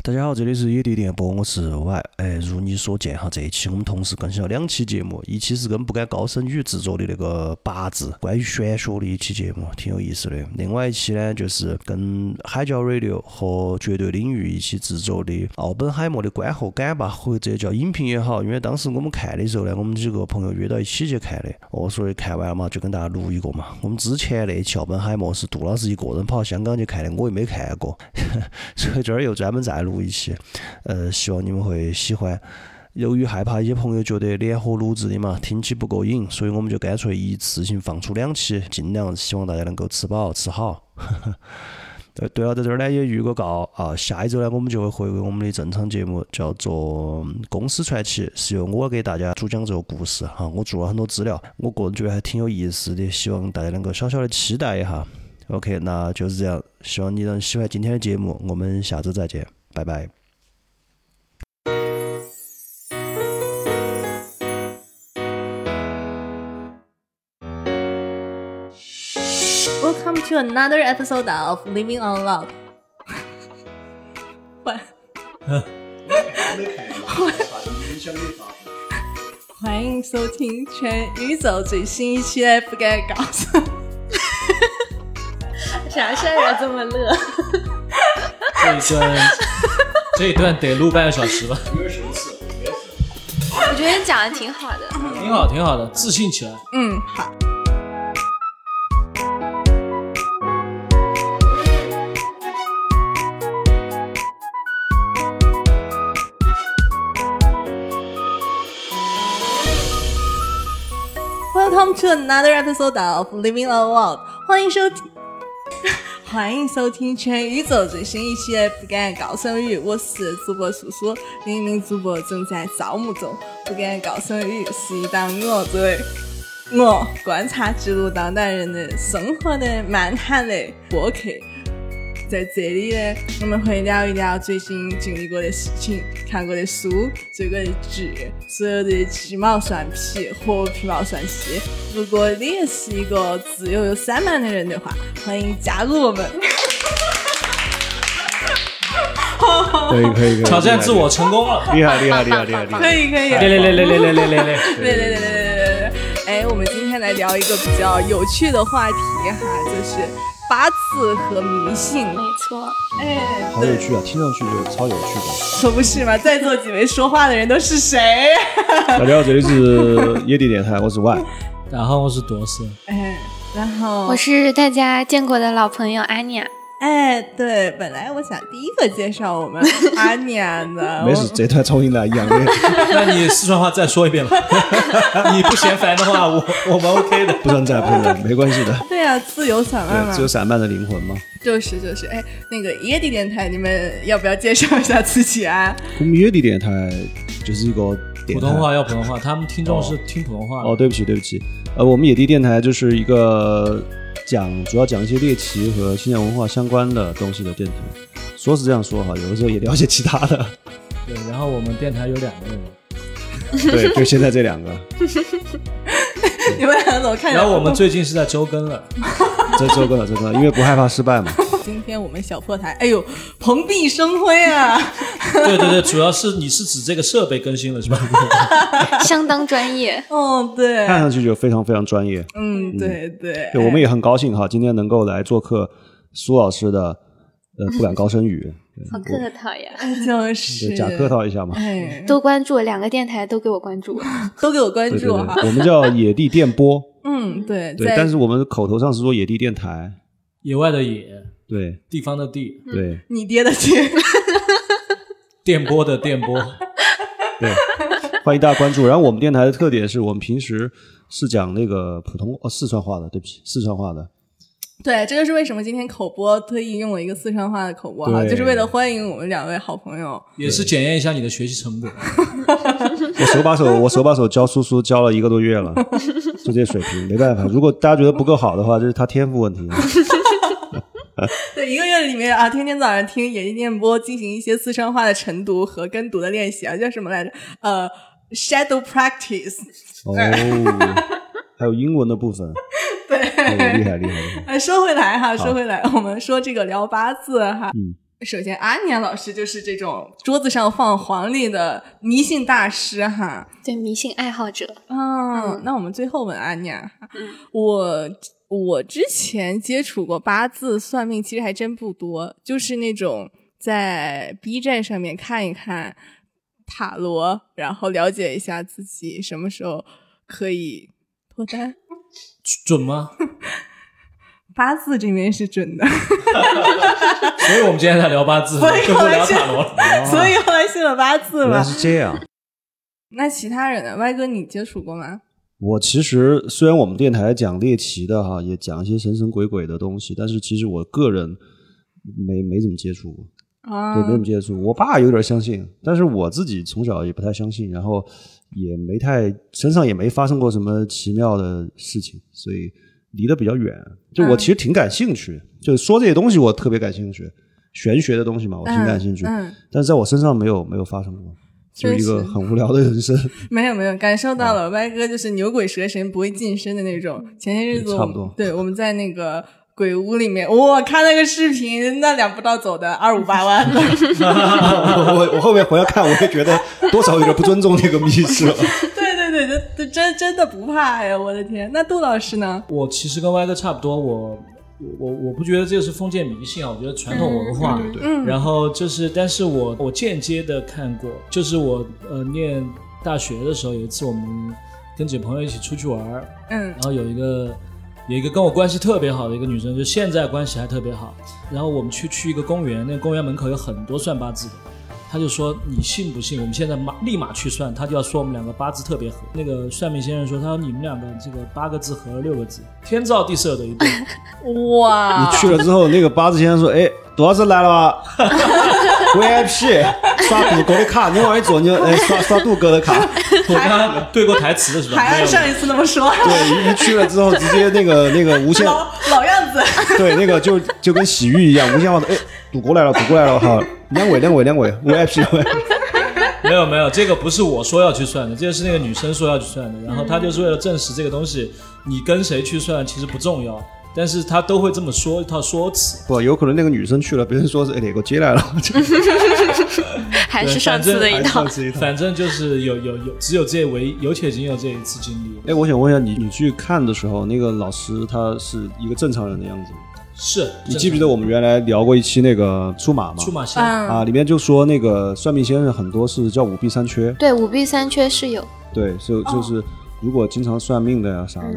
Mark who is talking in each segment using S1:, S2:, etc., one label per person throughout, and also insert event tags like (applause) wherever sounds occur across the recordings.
S1: 大家好，这里是野地电波，我是 Y。哎，如你所见哈，这一期我们同时更新了两期节目，一期是跟不敢高声语制作的那个八字关于玄学的一期节目，挺有意思的。另外一期呢，就是跟海角 radio 和绝对领域一起制作的奥本海默的观后感吧，或者叫影评也好，因为当时我们看的时候哎呢，我们几个朋友约到一起去看的，哦，所以看完了嘛，就跟大家录一个嘛。我们之前那一期奥本海默是杜老师一个人跑香港去看的，我又没看过，所以这儿又专门再录一期，呃，希望你们会喜欢。由于害怕一些朋友觉得联合录制的嘛，听起不过瘾，所以我们就干脆一次性放出两期，尽量希望大家能够吃饱吃好。 (laughs) 呃对对了，在这儿呢也预个告啊，下一周呢我们就会回归我们的正常节目，叫做《公司传奇》，是由我给大家主讲这个故事哈、我做了很多资料，我个人觉得还挺有意思的，希望大家能够小小的期待一下。OK，那就是这样，希望你能喜欢今天的节目，我们下周再见，拜拜。
S2: Welcome to another episode of Living on Love (laughs) 欢 (laughs) 欢迎收听全宇宙最新一期的《不该搞什么》。 (laughs) 啥事儿啊？这么 (laughs) 乐？
S3: 这一段，这一段得录半个小时吧，
S4: 我觉得你讲的挺好的。
S3: 挺好，挺好的，自信起来。
S2: 嗯，好。Welcome to another episode of Living a World，欢迎收听，欢迎收听全宇宙最新一期的《不敢高声语》，我是主播苏苏，另一名主播正在招募中。《不敢高声语》是一档我作为我观察记录当代人的生活的漫谈的播客。在这里呢，我们会聊一聊最近经历过的事情、看过的书、追过的剧，所有的鸡毛蒜皮和皮毛蒜皮。如果你也是一个自由又散漫的人的话，欢迎加入我们。
S1: 可以可以可以，
S3: 挑战自我成功了，
S1: 厉害厉害厉害厉害厉害！
S2: 可以可以，
S3: 来来来来来来来来来，
S2: 对对对对对对对。哎，我们今天来聊一个比较有趣的话题哈，就是八字和迷信。
S4: 没错，
S2: 哎，
S1: 好有趣啊，听上去就超有趣的。
S2: 可不是嘛，在座几位说话的人都是谁？
S1: 大家好，这里是野地电台，我是 Y。
S3: 然后我是铎师，
S2: 哎，然后
S4: 我是大家见过的老朋友啊阿尼亚。
S2: 哎，对，本来我想第一个介绍我们阿年的，
S1: 没事，
S2: 我
S1: 这段重新来一样的，
S3: 那你四川话再说一遍吧。你不嫌烦的话，我我们 OK 的。
S1: 不能再喷了，没关系的。
S2: 对啊，自由散漫
S1: 对，
S2: 嘛
S1: 只，有散漫的灵魂嘛。
S2: 就是就是，哎，那个野地电台，你们要不要介绍一下自己啊？ (laughs)
S1: 我们野地电台就是一个电
S3: 普
S1: 台
S3: 通话要普通话，他们听众是听普通话的
S1: 哦，。对不起，对不起，呃，我们野地电台就是一个讲主要讲一些猎奇和新疆文化相关的东西的电台。说是这样说哈，有的时候也了解其他 (laughs) 的。
S3: 对，然后我们电台有两个人，
S1: 对，就现在这两个，
S2: 你们俩怎么看起来哦
S3: 然后我们最近是在周更了，
S1: 这周更了，周更了，因为不害怕失败嘛。
S2: 今天我们小破台，哎呦，蓬荜生辉啊！
S3: 对对对，主要是你是指这个设备更新了是吧？
S4: 相当专业。
S2: 哦，对，
S1: 看上去就非常非常专业。
S2: 嗯，对对，
S1: 对，我们也很高兴哈，今天能够来做客苏老师的，呃，不敢高声语，
S4: 好客套呀！
S2: 哎 (laughs) 就是
S1: 对，假客，套一
S2: (laughs)
S1: 下嘛。
S2: 哎，
S4: 多关注两个电台，都给我关注。
S2: 都给我关
S1: 对对
S2: 注
S1: 对
S2: 哈，，
S1: 我们叫野地电
S2: (laughs)
S1: 波，
S2: 嗯，对，
S1: 对，
S2: 在
S1: 但是我们口头上是说野地电台，
S3: 野外的野，
S1: 对
S3: 地方的地，
S2: 嗯
S1: 对
S2: 你爹的爹，
S3: 电波的电波。
S1: 对，欢迎大家关注。然后我们电台的特点是我们平时是讲那个普通哦四川话的，对不起，四川话的，
S2: (laughs) 对，这就是为什么今天口播特意用了一个四川话的口播哈，
S1: 对
S2: 就是为了欢迎我们两位好朋友。
S3: 也是检验一下你的学习成果。
S1: 我手把手
S2: (laughs)
S1: 我手把手教苏苏教了一个多月了，就这水平，没办法。如果大家觉得不够好的话，这是他天赋问题。
S2: (laughs) 对，一个月里面啊，天天早上听野地电波进行一些四川话的晨读和跟读的练习啊，叫什么来着？呃，shadow practice。
S5: (laughs)
S1: 哦，还有英文的部分，
S2: (laughs) 对，
S1: 哦厉害厉害厉害。
S2: (laughs) 哎，说回来哈，说回来，我们说这个聊八字哈，
S1: 嗯
S2: 首先，阿尼亚老师就是这种桌子上放黄历的迷信大师哈。
S4: 对迷信爱好者，
S2: 嗯，那我们最后问阿尼亚，我我之前接触过八字算命，其实还真不多，就是那种在 B 站上面看一看塔罗，然后了解一下自己什么时候可以脱单。
S3: 准吗？
S2: 八字这边是准的，
S5: 哦
S3: 所以我们今天在聊八字，
S2: 所以
S3: 就不聊塔罗
S2: (laughs)
S3: 了。哦
S2: 所以后来信了八字
S5: 原来
S2: 嘛。
S5: 是这样。
S2: 那其他人呢？歪哥，你接触过吗？
S5: 我其实虽然我们电台讲猎奇的哈，也讲一些神神鬼鬼的东西，但是其实我个人没没怎么接触过，
S2: 啊
S5: 对，没怎么接触。我爸有点相信，但是我自己从小也不太相信，然后也没太身上也没发生过什么奇妙的事情，所以离得比较远。就
S2: 嗯
S5: 我其实挺感兴趣，就说这些东西我特别感兴趣，玄学的东西嘛，我挺感兴趣，
S2: 嗯嗯
S5: 但是在我身上没有没有发生过，就
S2: 确
S5: 一个
S2: 实
S5: 很无聊的人生。 (laughs)
S2: (laughs) 没有没有，感受到
S5: 嗯
S2: 了歪哥就是牛鬼蛇神不会近身的那种。前些日子我
S5: 差不
S2: 们
S5: 多
S2: 对我们在那个鬼屋里面，我看那个视频，那两步道走的二五八万
S5: (laughs)
S2: 的，
S5: 我我我后面回来看，我也觉得多少有点不尊重这个密
S2: (laughs)
S5: 室了。
S2: 对对对，就就真真的不怕哎呀！我的天，那杜老师呢？
S3: 我其实跟歪哥差不多，我我我我不觉得这个是封建迷信啊，我觉得传统文化。
S5: 对对对，
S2: 嗯
S3: 然后就是，但是我我间接的看过，就是我呃念大学的时候，有一次我们跟几个朋友一起出去玩儿，
S2: 嗯
S3: 然后有一个有一个跟我关系特别好的一个女生，就现在关系还特别好。然后我们去去一个公园，那个公园门口有很多算八字的，她就说你信不信？我们现在马立马去算，她就要说我们两个八字特别合。那个算命先生说，他说你们两个这个八个字合了六个字，天造地设的一对。
S2: 哇
S5: 你，去了之后，那个八字先生说：“哎，杜老师来了啊
S2: (laughs)
S5: 吧？VIP 刷赌哥的卡，你往一走你就哎刷刷杜哥的卡。
S3: 我跟他对过台词的是吧？
S2: 还
S3: 没有
S2: 按上一次那么说，
S5: 对，一去了之后直接那个那个无限，
S2: 老老样子。
S5: 对那个就就跟洗浴一样，无限放的。哎，赌过来了，赌过来了，好，两尾两尾两尾 (laughs) VIP。
S3: 没有没有，这个不是我说要去算的，这个是那个女生说要去算的。然后她就是为了证实这个东西，你跟谁去算其实不重要，但是她都会这么说一套说辞。
S5: 不，有可能那个女生去了，别人说是哎哪个接来了，
S4: 还是
S3: 对
S4: 上
S3: 反正
S4: 次的一
S5: 还
S4: 套
S5: 上。次一套。
S3: 反正就是有有有，只有这唯有且仅有这一次经历。
S5: 哎，我想问一下你，你去看的时候，那个老师他是一个正常人的样子吗？
S3: 是
S5: 你记不记得我们原来聊过一期那个出马吗？
S3: 出马仙？
S5: (laughs) 啊，
S2: 嗯，
S5: 里面就说那个算命先生很多是叫五弊三缺，
S4: 对，舞弊三缺是有，
S5: 对，
S4: 哦
S5: 就就是如果经常算命的呀啥的，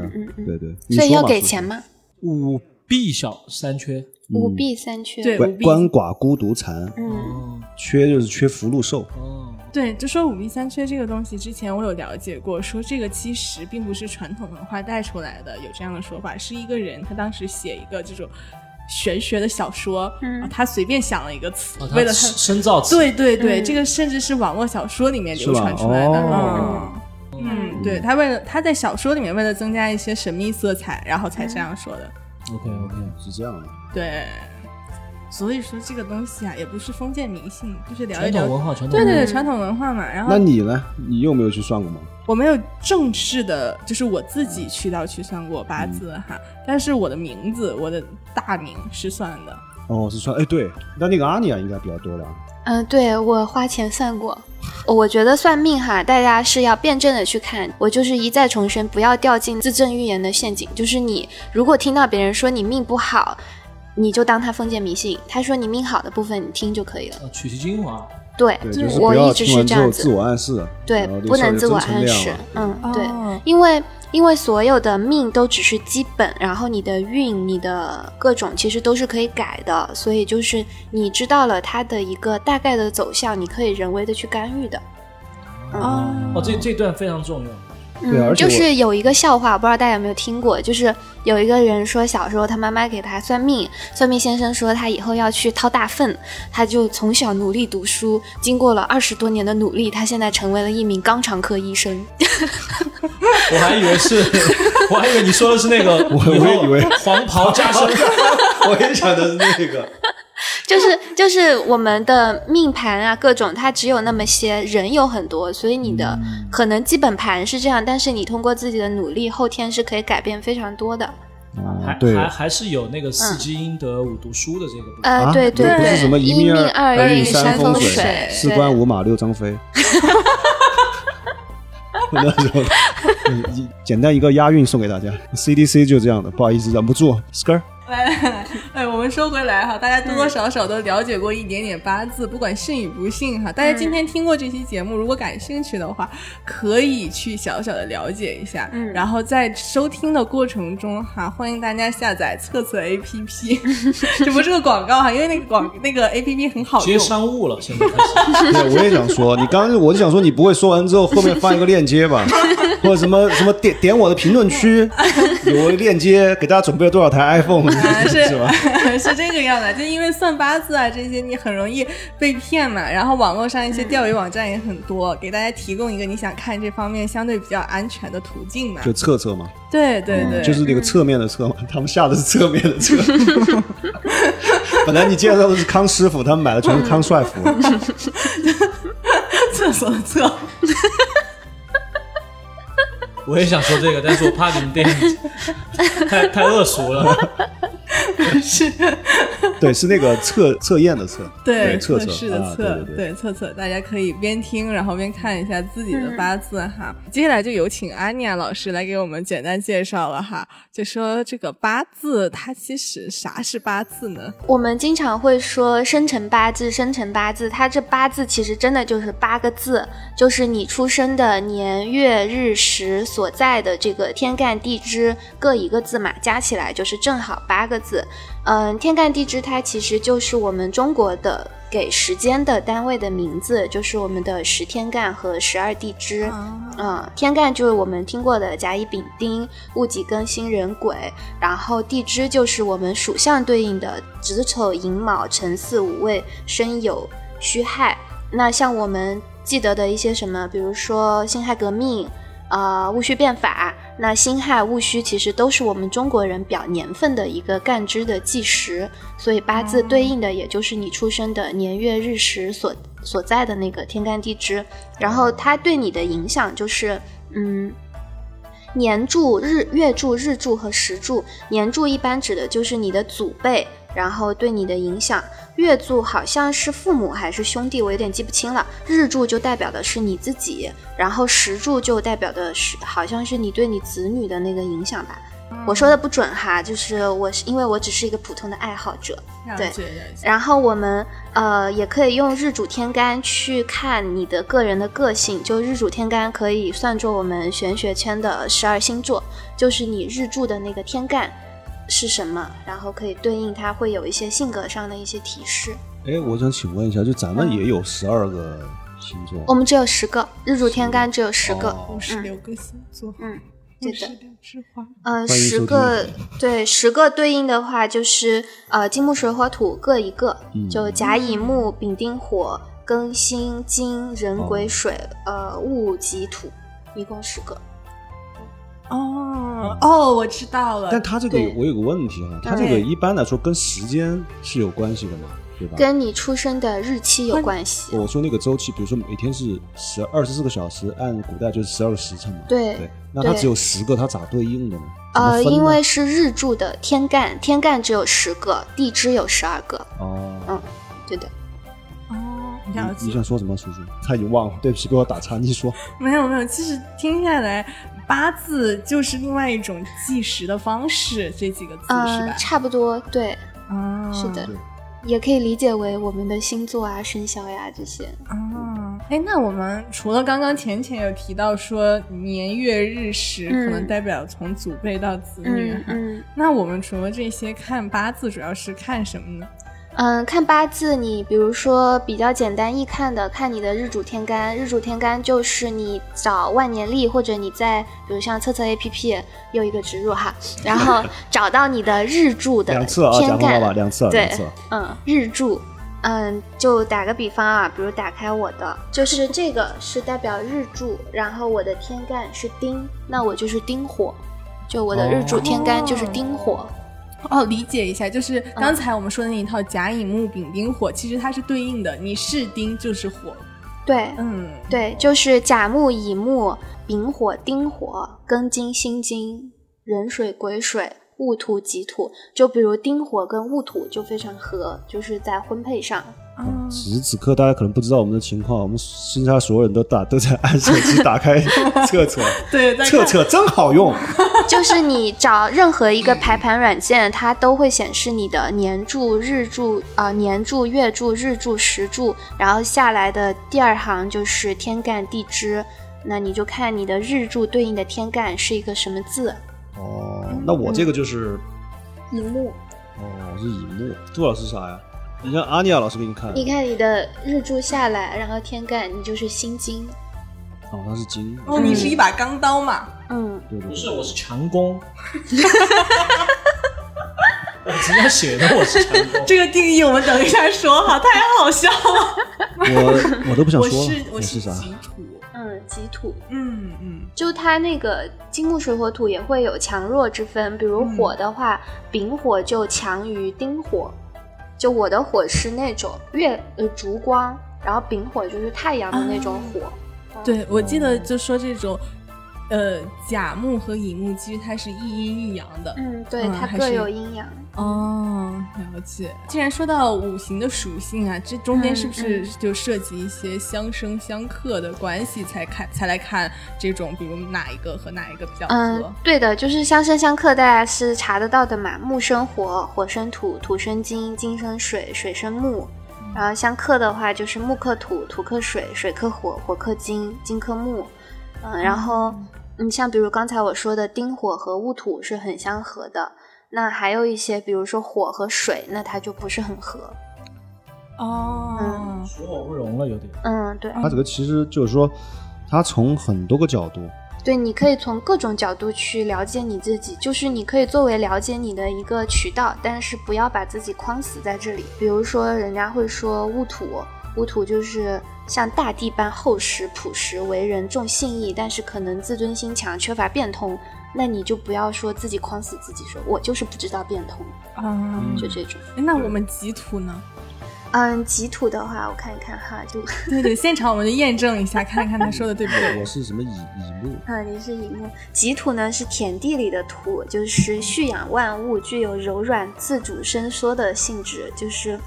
S5: 对对，你
S4: 嗯所以
S5: 说
S4: 要
S5: 嘛
S4: 给
S5: 说
S4: 钱吗？
S3: 五弊小三缺。
S4: 舞弊三缺，
S2: 对
S5: 关
S2: 五弊
S5: 鳏寡孤独残，
S4: 嗯，
S3: 哦
S5: 缺就是缺福禄寿，
S3: 哦，
S2: 对，就说五弊三缺这个东西，之前我有了解过，说这个其实并不是传统文化带出来的，有这样的说法，是一个人他当时写一个这种玄学的小说，
S4: 嗯
S2: 啊他随便想了一个词，
S3: 哦
S2: 为了
S3: 他
S2: 他，
S3: 深造词。
S2: 对对对，
S4: 嗯
S2: 这个甚至是网络小说里面流
S5: 是吧
S2: 传出来的，
S5: 哦
S2: 嗯嗯，对他为了他在小说里面为了增加一些神秘色彩，然后才
S4: 嗯
S2: 这样说的，
S3: ，OK OK。
S5: 是这样的。
S2: 对，所以说这个东西啊，也不是封建迷信，就是聊一
S3: 传
S2: 聊
S3: 统。文化，传统
S2: 对
S3: 文化
S4: 嗯
S2: 对对，传统文化嘛，然后
S5: 那你呢？你有没有去算过吗？
S2: 我没有正式的，就是我自己渠道去算过八字哈，但是我的名字，我的大名是算的。
S5: 哦，是算，哎，对，那那个阿尼亚应该比较多了，
S4: 嗯、对我花钱算过，我觉得算命哈，大家是要辩证的去看。我就是一再重申，不要掉进自证预言的陷阱。就是你如果听到别人说你命不好，你就当他封建迷信；他说你命好的部分，你听就可以了。
S3: 啊取其精华。
S4: 对，
S5: 对，就是
S4: 我
S5: 不要
S4: 一直
S5: 听
S4: 是
S5: 完之
S4: 这样
S5: 后
S4: 子。
S5: 自我暗示，
S4: 对
S5: 然后，这
S4: 不
S5: 事儿
S4: 能
S5: 就
S4: 自我
S5: 真成
S4: 暗
S5: 那样
S4: 示
S5: 了。
S4: 嗯，对
S2: 哦，
S4: 因为因为所有的命都只是基本，然后你的运、你的各种其实都是可以改的，所以就是你知道了它的一个大概的走向，你可以人为的去干预的。
S2: 哦
S3: 哦，这这段非常重要。
S5: 对而且
S4: 嗯，就
S5: 我
S4: 是有一个笑话，不知道大家有没有听过，就是有一个人说小时候他妈妈给他算命，算命先生说他以后要去掏大粪，他就从小努力读书，经过了二十多年的努力，他现在成为了一名肛肠科医生。
S3: (laughs) 我还以为是， (laughs) 我还以为你说的是那个，
S5: 我也以为
S3: 黄袍加 (laughs) 身。
S5: 我也想的是那个，
S4: 就是就是我们的命盘啊，各种它只有那么些，人有很多，所以你的
S5: 嗯
S4: 可能基本盘是这样，但是你通过自己的努力，后天是可以改变非常多的。
S3: 还
S5: 啊，对，
S3: 还还是有那个四积阴德五读书的这个部
S2: 嗯
S3: 分。
S4: 呃，
S5: 啊
S4: 对
S5: 那不
S4: 对，
S5: 是什么一
S4: 一命
S5: 二
S4: 二
S5: 运
S4: 运
S5: 三
S4: 风
S2: 风
S5: 水
S2: 水，
S5: 四
S4: 对
S5: 关五马六张
S4: (laughs)
S5: 飞。 (laughs) 那时候，嗯一简单一个押韵送给大家。CDC 就这样的，不好意思，忍不住。Skr，
S4: (laughs)
S2: 来来来，哎，我们说回来哈，大家多多少少都了解过一点点八字，不管信与不信哈。大家今天听过这期节目，如果感兴趣的话，可以去小小的了解一下。
S4: 嗯
S2: 然后在收听的过程中哈，欢迎大家下载测测 APP，这不是 (laughs) 个广告哈，因为那个广那个 APP 很好
S3: 直接
S2: 用。
S3: 商务了，现在开始。
S5: 对，我也想说，你刚刚我就想说，你不会说完之后后面放一个链接
S4: (laughs)
S5: 吧，或者什么什么点点我的评论区，有个链接给大家准备了多少台 iPhone，
S2: 啊， (laughs) 是
S5: 是吧？
S2: 是这个样的，就因为算八字啊这些，你很容易被骗嘛。然后网络上一些钓鱼网站也很多，给大家提供一个你想看这方面相对比较安全的途径嘛。
S5: 就测测嘛，
S2: 对对对，
S5: 嗯就是那个侧面的侧嘛，他们下的是侧面的 (laughs) 侧。本来你介绍的是康师傅，他们买的全是康帅 (laughs) 傅。
S2: 厕所的厕。
S3: 我也想说这个，但是我怕你们电影 (laughs) 太太恶俗了。
S5: 对，是那个测测验的测，
S2: 对，
S5: 测测
S2: 试的
S5: 啊
S2: 测，
S5: 对对。
S2: 对测测，大家可以边听然后边看一下自己的八字哈。接下来就有请阿尼亚老师来给我们简单介绍了哈，就说这个八字它其实啥是八字呢？
S4: 我们经常会说生辰八字，生辰八字，它这八字其实真的就是八个字，就是你出生的年月日时所在的这个天干地支各一个字嘛，加起来就是正好八个字。嗯，天干地支它其实就是我们中国的给时间的单位的名字，就是我们的十天干和十二地支。嗯，天干就是我们听过的甲乙丙丁、戊己庚辛壬癸，然后地支就是我们属相对应的子丑寅卯辰巳午未申酉戌亥。那像我们记得的一些什么，比如说辛亥革命，呃，戊戌变法，那辛亥、戊戌其实都是我们中国人表年份的一个干支的计时，所以八字对应的也就是你出生的年月日时所所在的那个天干地支，然后它对你的影响就是，嗯，年柱、日月柱、日柱和时柱。年柱一般指的就是你的祖辈，然后对你的影响。月柱好像是父母还是兄弟，我有点记不清了。日柱就代表的是你自己，然后时柱就代表的是好像是你对你子女的那个影响吧。我说的不准哈，就是我是因为我只是一个普通的爱好者。
S2: 了
S4: 对
S2: 解了解。
S4: 然后我们呃也可以用日主天干去看你的个人的个性，就日主天干可以算作我们玄学圈的十二星座，就是你日柱的那个天干是什么，然后可以对应它会有一些性格上的一些提示。
S5: 哎，我想请问一下，就咱们也有十二个星座，
S4: 嗯我们只有十个日主天干，只有十个，
S5: 哦
S2: 五十六个星座，
S4: 嗯，对
S2: 五
S4: 的
S2: 十。六枝花。
S4: 呃，
S5: 欢迎收
S4: 十
S5: 听
S4: 个对十个对应的话，就是呃金木水火土各一个，
S5: 嗯
S4: 就甲乙木丙丁火庚辛金壬
S5: 哦
S4: 癸水、呃戊己土，一共十个。
S2: 哦哦，我知道了。
S5: 但它这个
S4: 对
S5: 我有个问题啊，它这个
S2: 对
S5: 一般来说跟时间是有关系的嘛，对吧？
S4: 跟你出生的日期有关系。
S5: 我说那个周期，比如说每天是十二十四个小时，按古代就是十二个时辰嘛。
S4: 对
S5: 对，那它
S4: 对
S5: 只有十个，它咋对应的呢？怎么
S4: 呃，
S5: 分呢
S4: 因为是日柱的天干，天干只有十个，地支有十二个，
S5: 哦
S4: 嗯，对的。
S2: 哦，
S5: 你
S2: 了
S5: 你
S2: 解。
S5: 想说什么，叔叔？他已经忘了，对不起，被我打岔。你说，
S2: 没有没有，其实听下来，八字就是另外一种计时的方式，这几个字是
S4: 呃
S2: 吧，？
S4: 差不多，对，
S2: 啊，
S4: 是的
S5: 嗯对，
S4: 也可以理解为我们的星座啊、生肖呀这些。
S2: 啊。哎，那我们除了刚刚浅浅有提到说年月日时
S4: 嗯
S2: 可能代表从祖辈到子女
S4: 嗯
S2: 哈，
S4: 嗯。
S5: (laughs)
S2: 那我们除了这些看八字，主要是看什么呢？
S4: 嗯，看八字，你比如说比较简单易看的，看你的日主天干。日主天干就是你找万年历，或者你在比如像测测 APP 又一个植入
S5: (laughs)
S4: 哈，然后找到你的日柱的
S5: 两次啊，
S4: 天
S5: 讲话吧，
S4: 干，
S5: 两次啊，
S4: 对
S5: 两次啊。
S4: 嗯，日柱，嗯，就打个比方啊，比如打开我的，就是这个是代表日柱，然后我的天干是丁，那我就是丁火，就我的
S5: 哦
S4: 日主天干就是丁火，
S2: 哦，理解一下，就是刚才我们说的那一套甲乙木丙丁火，其实它是对应的，你是丁就是火，
S4: 对，
S2: 嗯，
S4: 对，就是甲木、乙木、丙火、丁火、庚金、辛金、壬水、癸水、戊土己土，就比如丁火跟戊土就非常合，就是在婚配上。 (laughs)
S2: 啊，
S5: 此时此刻，大家可能不知道我们的情况，我们现在所有人都打都在按手机打开 (laughs) 测测，
S2: 对，在
S5: 测
S2: 看
S5: 测真好用。
S4: 就是你找任何一个排盘软件，它都会显示你的年柱、日柱、啊、年柱、月柱、日柱、时柱，然后下来的第二行就是天干地支，那你就看你的日柱对应的天干是一个什么字。
S5: 哦，那我这个就是
S4: 乙木，
S5: 哦是乙木，杜老师啥呀？你让阿尼亚老师给你看，
S4: 你看你的日柱下来，然后天干你就是心经。
S5: 哦，他是金，
S2: 哦，你是一把钢刀嘛？
S4: 嗯，
S5: 对对
S3: 不
S5: 对
S3: 是，我是强攻。我直接写的我是强攻，
S2: 这个定义我们等一下说哈，太好笑了。
S5: 我我都不
S2: (laughs)
S5: 想
S2: 我
S5: 说
S2: 是
S5: 了，
S2: 我
S5: 是啥？
S2: 己土，
S4: 嗯，己土。
S2: 嗯嗯，
S4: 就它那个金木水火土也会有强弱之分，比如
S2: 嗯
S4: 火的话，丙火就强于丁火，就我的火是那种月呃烛光，然后丙火就是太阳的那种
S2: 啊
S4: 火。
S2: 对，我记
S5: 哦
S2: 得就说这种，呃，甲木和乙木其实它是一阴一阳的。
S4: 嗯，对，
S2: 嗯
S4: 它
S2: 还
S4: 各
S2: 是
S4: 有阴阳。
S2: 哦，了解。既然说到五行的属性啊，这中间
S4: 嗯
S2: 是不是就涉及一些相生相克的关系，才看才来看这种，比如哪一个和哪一个比较合
S4: 嗯？，对的，就是相生相克，大家是查得到的嘛。木生火，火生土，土生金，金生水，水生木。然后相克的话，就是木克土，土克水，水克火，火克金，金克木。嗯，然后嗯，像比如刚才我说的丁火和戊土是很相合的。那还有一些，比如说火和水，那它就不是很合。
S2: 哦，
S3: 水火不容了有点。
S4: 嗯，对，
S5: 他这个其实就是说，他从很多个角度，
S4: 对，你可以从各种角度去了解你自己，就是你可以作为了解你的一个渠道，但是不要把自己框死在这里。比如说，人家会说戊土，戊土就是像大地般厚实朴实，为人重信义，但是可能自尊心强，缺乏变通。那你就不要说自己框死自己说，我就是不知道变通，
S2: 啊，
S4: 就这种。
S2: 诶那我们己土
S4: (laughs)
S2: 呢？
S4: 嗯，己土的话，我看一看哈，就
S2: 对对，现场我们就验证一下，看看他说的对不对
S4: (laughs)
S5: 我。是什么乙乙木，
S4: 啊，你是乙木。己土呢是田地里的土，就是蓄养万物，具有柔软、自主伸缩的性质，就是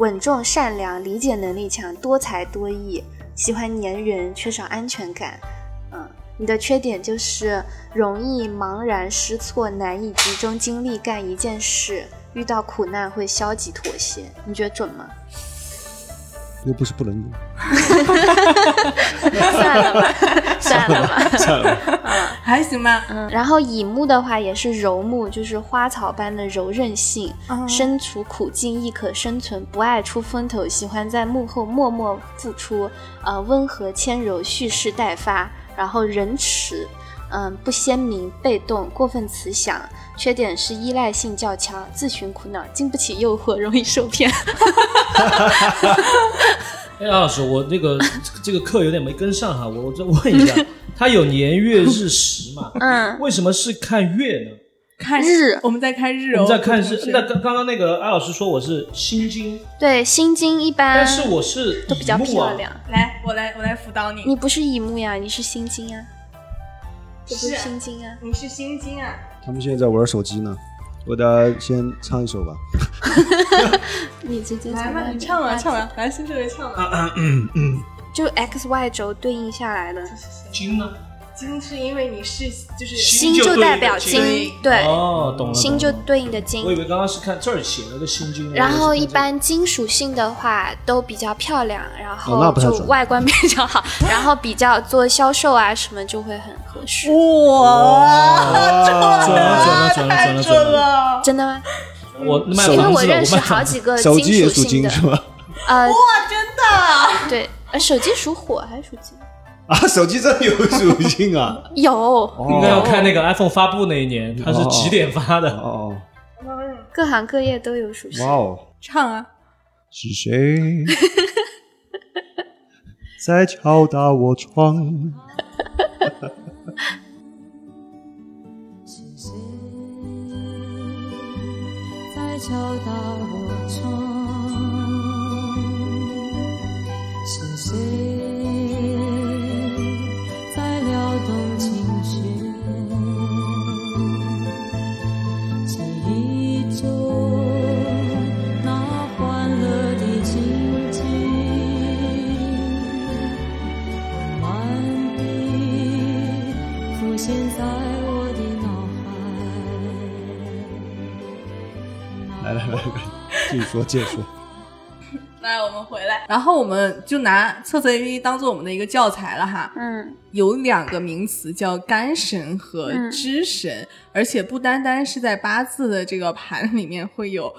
S4: 稳重、善良、理解能力强、多才多艺，喜欢粘人，缺少安全感。嗯，你的缺点就是容易茫然失措，难以集中精力干一件事，遇到苦难会消极妥协。你觉得准 (laughs) 吗？
S5: 又不是不能用。
S4: 算了吧， (laughs) 算了吧。
S2: 还行吧，
S4: 嗯，然后乙木的话也是柔木，就是花草般的柔韧性，
S2: 嗯
S4: 身处苦境亦可生存，不爱出风头，喜欢在幕后默默付出，呃，温和谦柔，蓄势待发，然后仁慈，嗯、不鲜明，被动，过分慈祥，缺点是依赖性较强，自寻苦恼，经不起诱惑，容易受骗。 (laughs)
S3: 哎，杨老师，我那个这个课有点没跟上哈，我我再问一下，它有年月日时嘛？
S4: 嗯，
S3: 为什么是看月呢？
S2: 看
S4: 日
S2: 我们在看日
S3: 我
S2: 哦，
S3: 们在看
S2: 同
S3: 是
S2: 时
S3: 那刚刚刚那个艾老师说我是心经，
S4: 对，心经一般
S3: 但是我是
S4: 嗯都比较
S3: 乙木啊
S4: 漂亮。。
S2: 来，我来我来辅导
S4: 你
S2: 你，
S4: 不是乙木呀，你是心经呀，这不是心经啊。
S2: 你是心经啊，
S5: 他们现在在玩手机呢，我给大家先唱一首 (laughs) 吧。
S4: 你直接
S2: 来
S4: 从
S2: 吧，
S4: 那
S2: 你
S4: 里
S3: 啊
S2: 唱吧
S4: 挖
S2: 唱
S4: 起，
S2: 吧，来，先这位唱啊吧。
S4: 就 x y 轴对应下来的，
S3: 金呢？
S2: 金是因为你是就是
S3: 心就
S4: 就
S3: 对
S4: 代
S3: 应的
S4: 表
S3: 金
S4: 金，对，
S3: 哦，懂了。
S4: 心就
S3: 懂了
S4: 对应的
S3: 我以
S4: 金。
S3: 为刚刚是看这儿写了个心经，
S4: 然
S3: 我
S4: 后
S3: 以为
S4: 一
S3: 是看
S4: 般金属性的话都比较漂亮，然
S5: 那
S4: 后
S5: 不太
S4: 就
S5: 准
S4: 外观比较好，然后比较做销售啊什么就会很合适。
S2: 哇，
S5: 啊，
S3: 这个准了准了准了准了
S2: 了！
S4: 真的吗？
S3: 准了！我卖
S4: 因为
S3: 房
S4: 我
S3: 子了，
S4: 认识
S3: 我卖
S4: 好
S3: 房子。
S4: 几个
S5: 手机
S4: 金
S5: 也
S4: 属
S5: 属
S4: 性
S5: 金
S4: 的，
S5: 是吧？
S4: 呃，
S2: 真的，
S4: (laughs) 对，呃手机属火还是属金？
S5: 啊，手机真的有属性啊！
S4: 有，
S3: 应该要看那个 iPhone 发布那一年，它是几点发的？
S5: 哦，
S4: 各行各业都有属性
S5: 哇。哦，
S2: 唱啊！
S5: 是谁在敲打我窗？
S6: 是谁在敲打我窗？是谁在撩动琴弦？是
S5: 继续说，继续说。
S2: 来，我们回来，然后我们就拿测测 APP 当做我们的一个教材了哈。
S4: 嗯，
S2: 有两个名词叫干神和
S4: 嗯
S2: 支神，而且不单单是在八字的这个盘里面会有，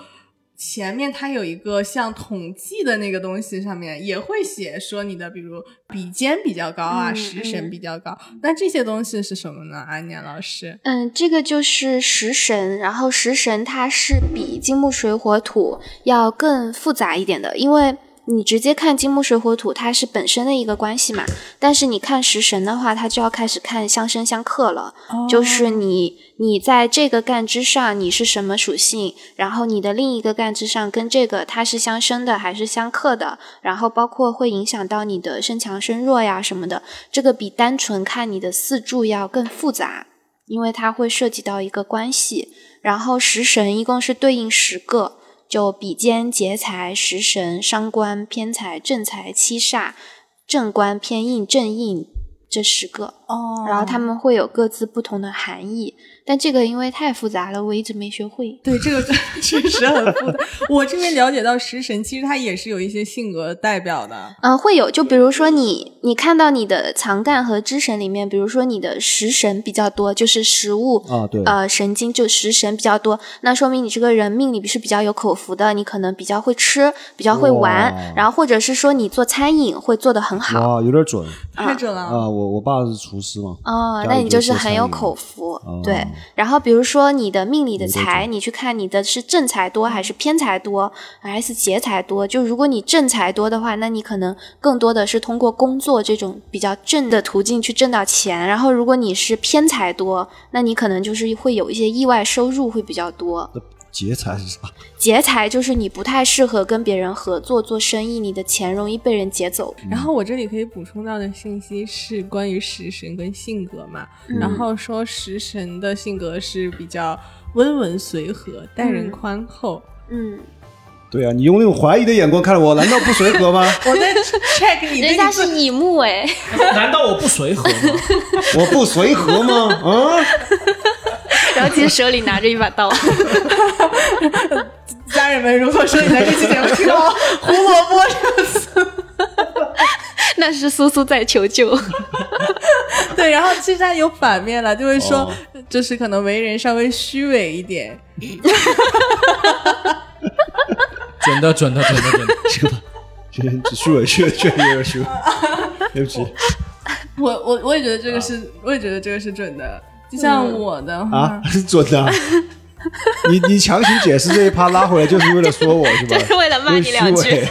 S2: 前面它有一个像统计的那个东西，上面也会写说你的比如比肩比较高啊，
S4: 嗯
S2: 食
S4: 嗯
S2: 神比较高。那这些东西是什么呢？安念老师，
S4: 嗯，这个就是食神，然后食神它是比金木水火土要更复杂一点的，因为你直接看金木水火土，它是本身的一个关系嘛，但是你看食神的话，它就要开始看相生相克了，
S2: 哦
S4: 就是你你在这个干支上你是什么属性，然后你的另一个干支上跟这个它是相生的还是相克的，然后包括会影响到你的身强身弱呀什么的，这个比单纯看你的四柱要更复杂。因为它会涉及到一个关系。然后食神一共是对应十个，就比肩、劫财、食神、伤官、偏财、正财、七煞、正官、偏印、正印这十个。
S2: 哦
S4: 然后他们会有各自不同的含义，但这个因为太复杂了，我一直没学会。
S2: 对， (laughs) 这个确实很复杂。我这边了解到食神，其实它也是有一些性格代表的。
S4: 嗯、会有，就比如说你，你看到你的藏干和支神里面，比如说你的食神比较多，就是食物
S5: 啊对
S4: 呃，神经就食神比较多，那说明你这个人命里是比较有口福的，你可能比较会吃，比较会
S5: 哇
S4: 玩，然后或者是说你做餐饮会做得很好。嗯
S5: 哇，有点准
S2: 太准了！
S5: 啊！我我爸是厨师嘛，
S4: 哦，
S5: 家
S4: 那
S5: 里
S4: 你
S5: 就
S4: 就是
S5: 做
S4: 很
S5: 餐
S4: 有
S5: 饮
S4: 口福，
S5: 哦
S4: 对。然后比如说你的命里的
S5: 有点
S4: 财，你去看你的是正财多还是偏财多，还是劫财多？就如果你正财多的话，那你可能更多的是通过工作这种比较正的途径去挣到钱。然后如果你是偏财多，那你可能就是会有一些意外收入会比较多。
S5: 劫财是啥？
S4: 劫财就是你不太适合跟别人合作做生意，你的钱容易被人劫走。
S2: 然后我这里可以补充到的信息是关于食神跟性格嘛，然后说食神的性格是比较温文随和、待人宽厚。
S4: 嗯，
S5: 对啊，你用那种怀疑的眼光看着我，难道不随和吗？ (laughs)
S2: 我在 check 你 (laughs)
S4: 人
S2: 对
S4: 家
S2: 你
S4: 是
S2: 自
S4: 乙木哎，
S3: (laughs) 难道我不随和吗？
S5: 我不随和吗？啊，
S4: 然后其实手里拿着一把刀。
S2: 家人们，如果说你在这期 (laughs) 节目听到“胡萝卜”这个词，
S4: (laughs) 那是苏苏在求 (laughs) 救。
S2: 对，然后其实它有反面了，就会说
S5: 哦
S2: 就是可能为人稍微虚伪一点，
S3: (laughs) 准的，准的，准的，准的。
S5: 这这虚伪，虚伪，虚伪，有点虚伪。对不起
S2: (laughs) 我我我也觉得这个
S4: 啊
S2: 是，我也觉得这个是准的。就像
S4: 嗯
S2: 我的话，
S5: 啊，是准的啊。你你强行解释这一趴拉回来，就是为了说我是吧？
S4: 就是 (laughs) 为了骂你两句
S5: 因为虚伪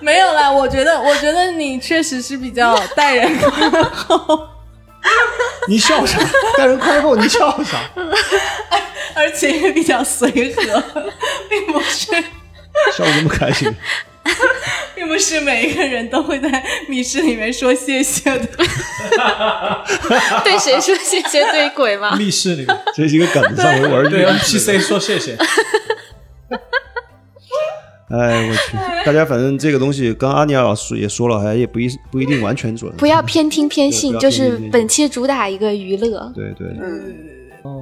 S2: 没有啦。我觉得，我觉得你确实是比
S4: (laughs)
S2: 较待人宽厚，
S5: 你笑啥？待人宽厚，你笑啥？
S2: 而且也比较随和， (laughs) 并不是，
S4: (laughs)
S5: 笑得那么开心，
S2: 并不是每一个人都会在密室里面说谢谢的。
S4: 对谁说谢谢对鬼吗？
S3: (laughs) 密室里面，
S5: 这是一个梗，上回
S3: (laughs)
S5: 玩
S3: 对
S5: 儿
S3: NPC 说谢谢。
S5: 哎，我去，大家反正这个东西，刚阿尼亚老师也说了，还也不一不一定完全准。
S4: 不要偏听偏信，
S5: 对不要
S4: 就
S5: 偏听偏
S4: 是
S5: 信
S4: 本期主打一个娱乐。
S5: 对对，
S3: 哦，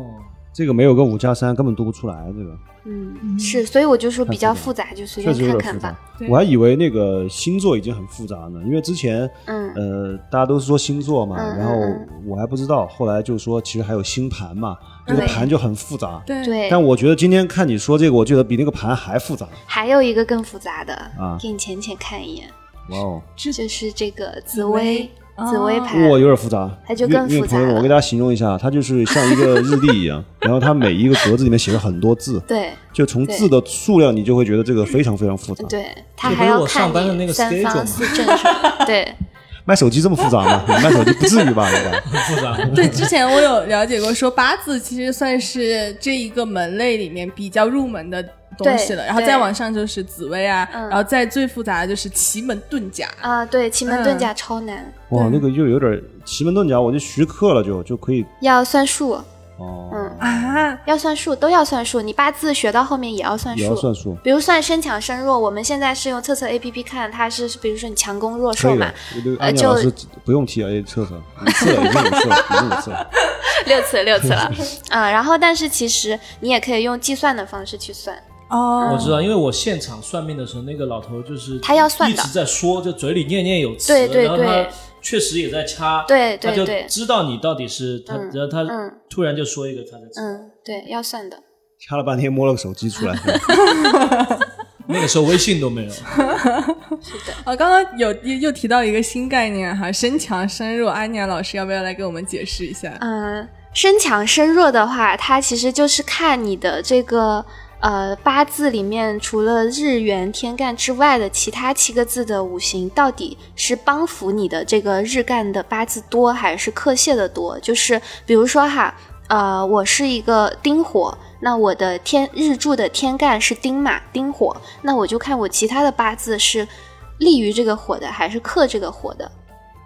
S5: 这个没有个五加三根本读不出来，这个
S4: 嗯，是，所以我就说比较
S5: 太
S4: 复杂，就随
S5: 确实
S4: 便
S5: 有
S4: 看
S5: 点
S4: 看
S5: 复杂
S4: 吧。。
S2: 对
S5: 我还以为那个星座已经很复杂呢，因为之前
S4: 嗯
S5: 呃大家都是说星座嘛，
S4: 嗯嗯
S5: 然后
S4: 嗯
S5: 我还不知道，后来就说其实还有星盘嘛，那个
S4: 对
S5: 盘就很复杂。
S2: 对
S4: (laughs)
S3: 嗯
S4: 对，
S5: 但我觉得今天看你说这个，我觉得比那个盘还复杂。
S4: 还有一个更复杂的
S5: 啊，
S4: 给你浅浅看一眼，
S5: 哇哦，
S4: 就是这个
S2: 紫
S4: 紫薇
S2: 薇，
S4: 紫薇
S2: 哦
S4: 盘
S5: 哇，有点复杂。
S4: 它就
S5: 因为
S4: 更
S5: 因为
S4: 复杂
S5: 朋友们，我
S4: 了
S5: 给大家形容一下，它就是像一个日历一
S4: (laughs)
S5: 样，然后它每一个格子里面写了很多字，
S4: 对
S5: 就从
S4: 对
S5: 字的数量，你就会觉得这个非常非常复杂。
S4: 对，它
S3: 这不
S4: 还
S3: 是
S4: 要
S3: 我上
S4: 看
S3: 班的那
S4: 你
S3: 个
S4: 三
S3: schedule 吗
S4: 方四正
S3: (laughs)
S4: 什么。对，
S5: 卖手机这么复杂吗？你卖手机不至于吧？应该。
S3: 很复杂。
S2: 对，之前我有了解过，说八字其实算是这一个门类里面比较入门的东西了，
S4: 对
S2: 然后
S4: 对
S2: 再往上就是紫薇啊，
S4: 嗯
S2: 然后再最复杂的就是奇门遁甲。
S4: 啊，对，奇门遁
S2: 嗯
S4: 甲超难，
S5: 哇，那个就有点奇门遁甲，我就徐克了就，就可以
S4: 要算数，
S5: 哦，
S4: 嗯，
S2: 啊，
S4: 要算数，都要算数。你八字学到后面也要算
S5: 也要
S4: 数，
S5: 算数，
S4: 比如算身强身弱，我们现在是用测测 A P P 看，它是比如说你强攻弱
S5: 可
S4: 受
S5: 以
S4: 嘛
S5: 的，。这个
S4: 呃
S5: 安妮
S4: 就
S5: 老师不用提了，哎，测
S4: (laughs)
S5: 测，你测了已经有测了，已经有测了。
S4: 嗯六次六次了，啊、然后但是其实你也可以用计算的方式去算，
S2: 哦，
S3: 我知道，因为我现场算命的时候，那个老头就是
S4: 他要算的
S3: 一直在说，就嘴里念念有词，
S4: 对对
S3: 然后他
S4: 对
S3: 确实也在掐，
S4: 对对
S3: 他就
S4: 对
S3: 知道你到底是他，
S4: 嗯
S3: 然后他
S4: 嗯
S3: 突然就说一个，他才知道。
S4: 嗯，对，要算的。
S5: 掐了半天摸了个手机
S4: (laughs)
S5: 出来，
S3: 那个时候微信都没有，
S2: 啊，刚刚有又又提到一个新概念哈，身强身弱，安娘老师要不要来给我们解释一下？
S4: 嗯，身强身弱的话，它其实就是看你的这个呃八字里面除了日元天干之外的其他七个字的五行到底是帮扶你的这个日干的八字多还是克泄的多。就是比如说哈，呃，我是一个丁火。那我的天日柱的天干是丁马丁火，那我就看我其他的八字是利于这个火的还是克这个火的。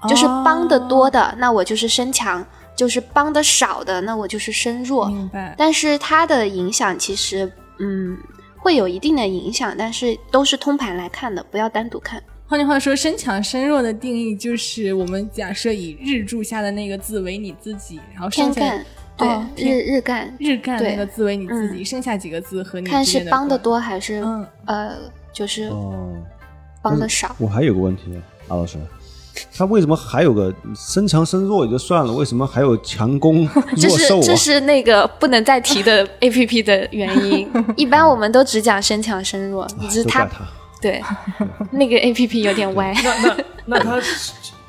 S4: 啊就是帮
S2: 哦
S4: 的多的，那我就是身强；就是帮的少的，那我就是身
S2: 哦，
S4: 弱。
S2: 明白。
S4: 但是它的影响其实，嗯，会有一定的影响，但是都是通盘来看的，不要单独看。
S2: 换句话说，身强身弱的定义就是我们假设以日柱下的那个字为你自己，然后剩
S4: 天
S2: 下
S4: 干对、
S2: 哦天
S4: 日日干，
S2: 日干
S4: 对
S2: 那个字为你自己，
S4: 嗯
S2: 剩下几个字和你
S4: 看
S2: 之
S4: 是
S2: 间
S4: 帮的
S2: 的关
S4: 多还是、
S2: 嗯
S4: 呃，就是
S5: 哦，
S4: 帮的少。
S5: 我还有个问题，阿老师，他为什么还有个身强身弱也就算了，为什么还有强攻
S4: (laughs) 这
S5: 弱
S4: 是
S5: 受
S4: 这
S5: 啊？
S4: 是那个不能再提的 A P P 的原
S2: (laughs)
S4: 因。一般我们都只讲身强身弱，只是
S5: 都
S4: 它
S5: 啊怪他， (laughs)
S4: 对那个 A P P 有点歪。
S3: 那那 (laughs) 那他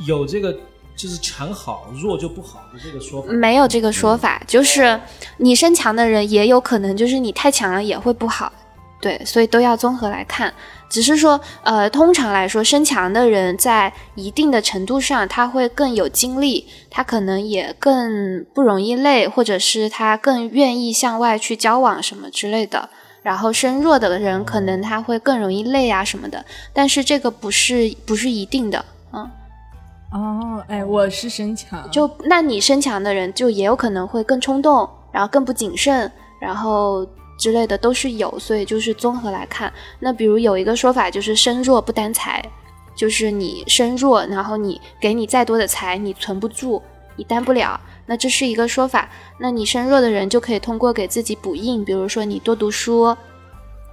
S3: 有这个就是强好弱就不好的这个说法，
S4: 没有这个说法，就是你身强的人也有可能，就是你太强了也会不好，对，所以都要综合来看。只是说，呃，通常来说，身强的人在一定的程度上，他会更有精力，他可能也更不容易累，或者是他更愿意向外去交往什么之类的。然后身弱的人可能他会更容易累啊什么的，但是这个不是不是一定的，嗯。
S2: 哦，哎，我是身强，
S4: 就那你身强的人，就也有可能会更冲动，然后更不谨慎，然后之类的都是有，所以就是综合来看。那比如有一个说法就是“身弱不担财”，就是你身弱，然后你给你再多的财，你存不住，你担不了。那这是一个说法。那你身弱的人就可以通过给自己补印，比如说你多读书，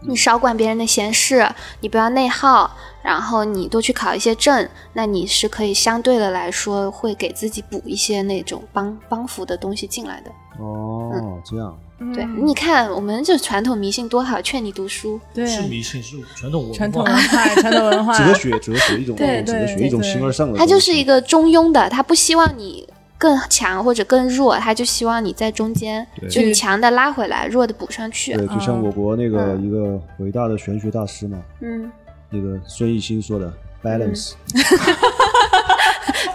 S4: 你少管别人的闲事，你不要内耗，然后你多去考一些证，那你是可以相对的来说会给自己补一些那种帮帮扶的东西进来的。
S5: 哦，这样，
S2: 嗯
S4: 对，你看我们这传统迷信多好，劝你读书。
S2: 对啊
S3: 是迷信，是传统文化。
S2: 传统文化，传统
S5: (laughs)
S2: 文化，
S5: 哲学哲学一种
S4: 对
S5: 哲学
S2: 对
S5: 一种
S2: 对
S5: 形而上的东西，
S4: 他就是一个中庸的，他不希望你更强或者更弱，他就希望你在中间，就你强的拉回来，弱的补上去。
S5: 对，就像我国那个
S4: 嗯
S5: 一个伟大的玄学大师嘛，
S4: 嗯，
S5: 那个孙艺兴说
S2: 嗯
S5: 的 balance，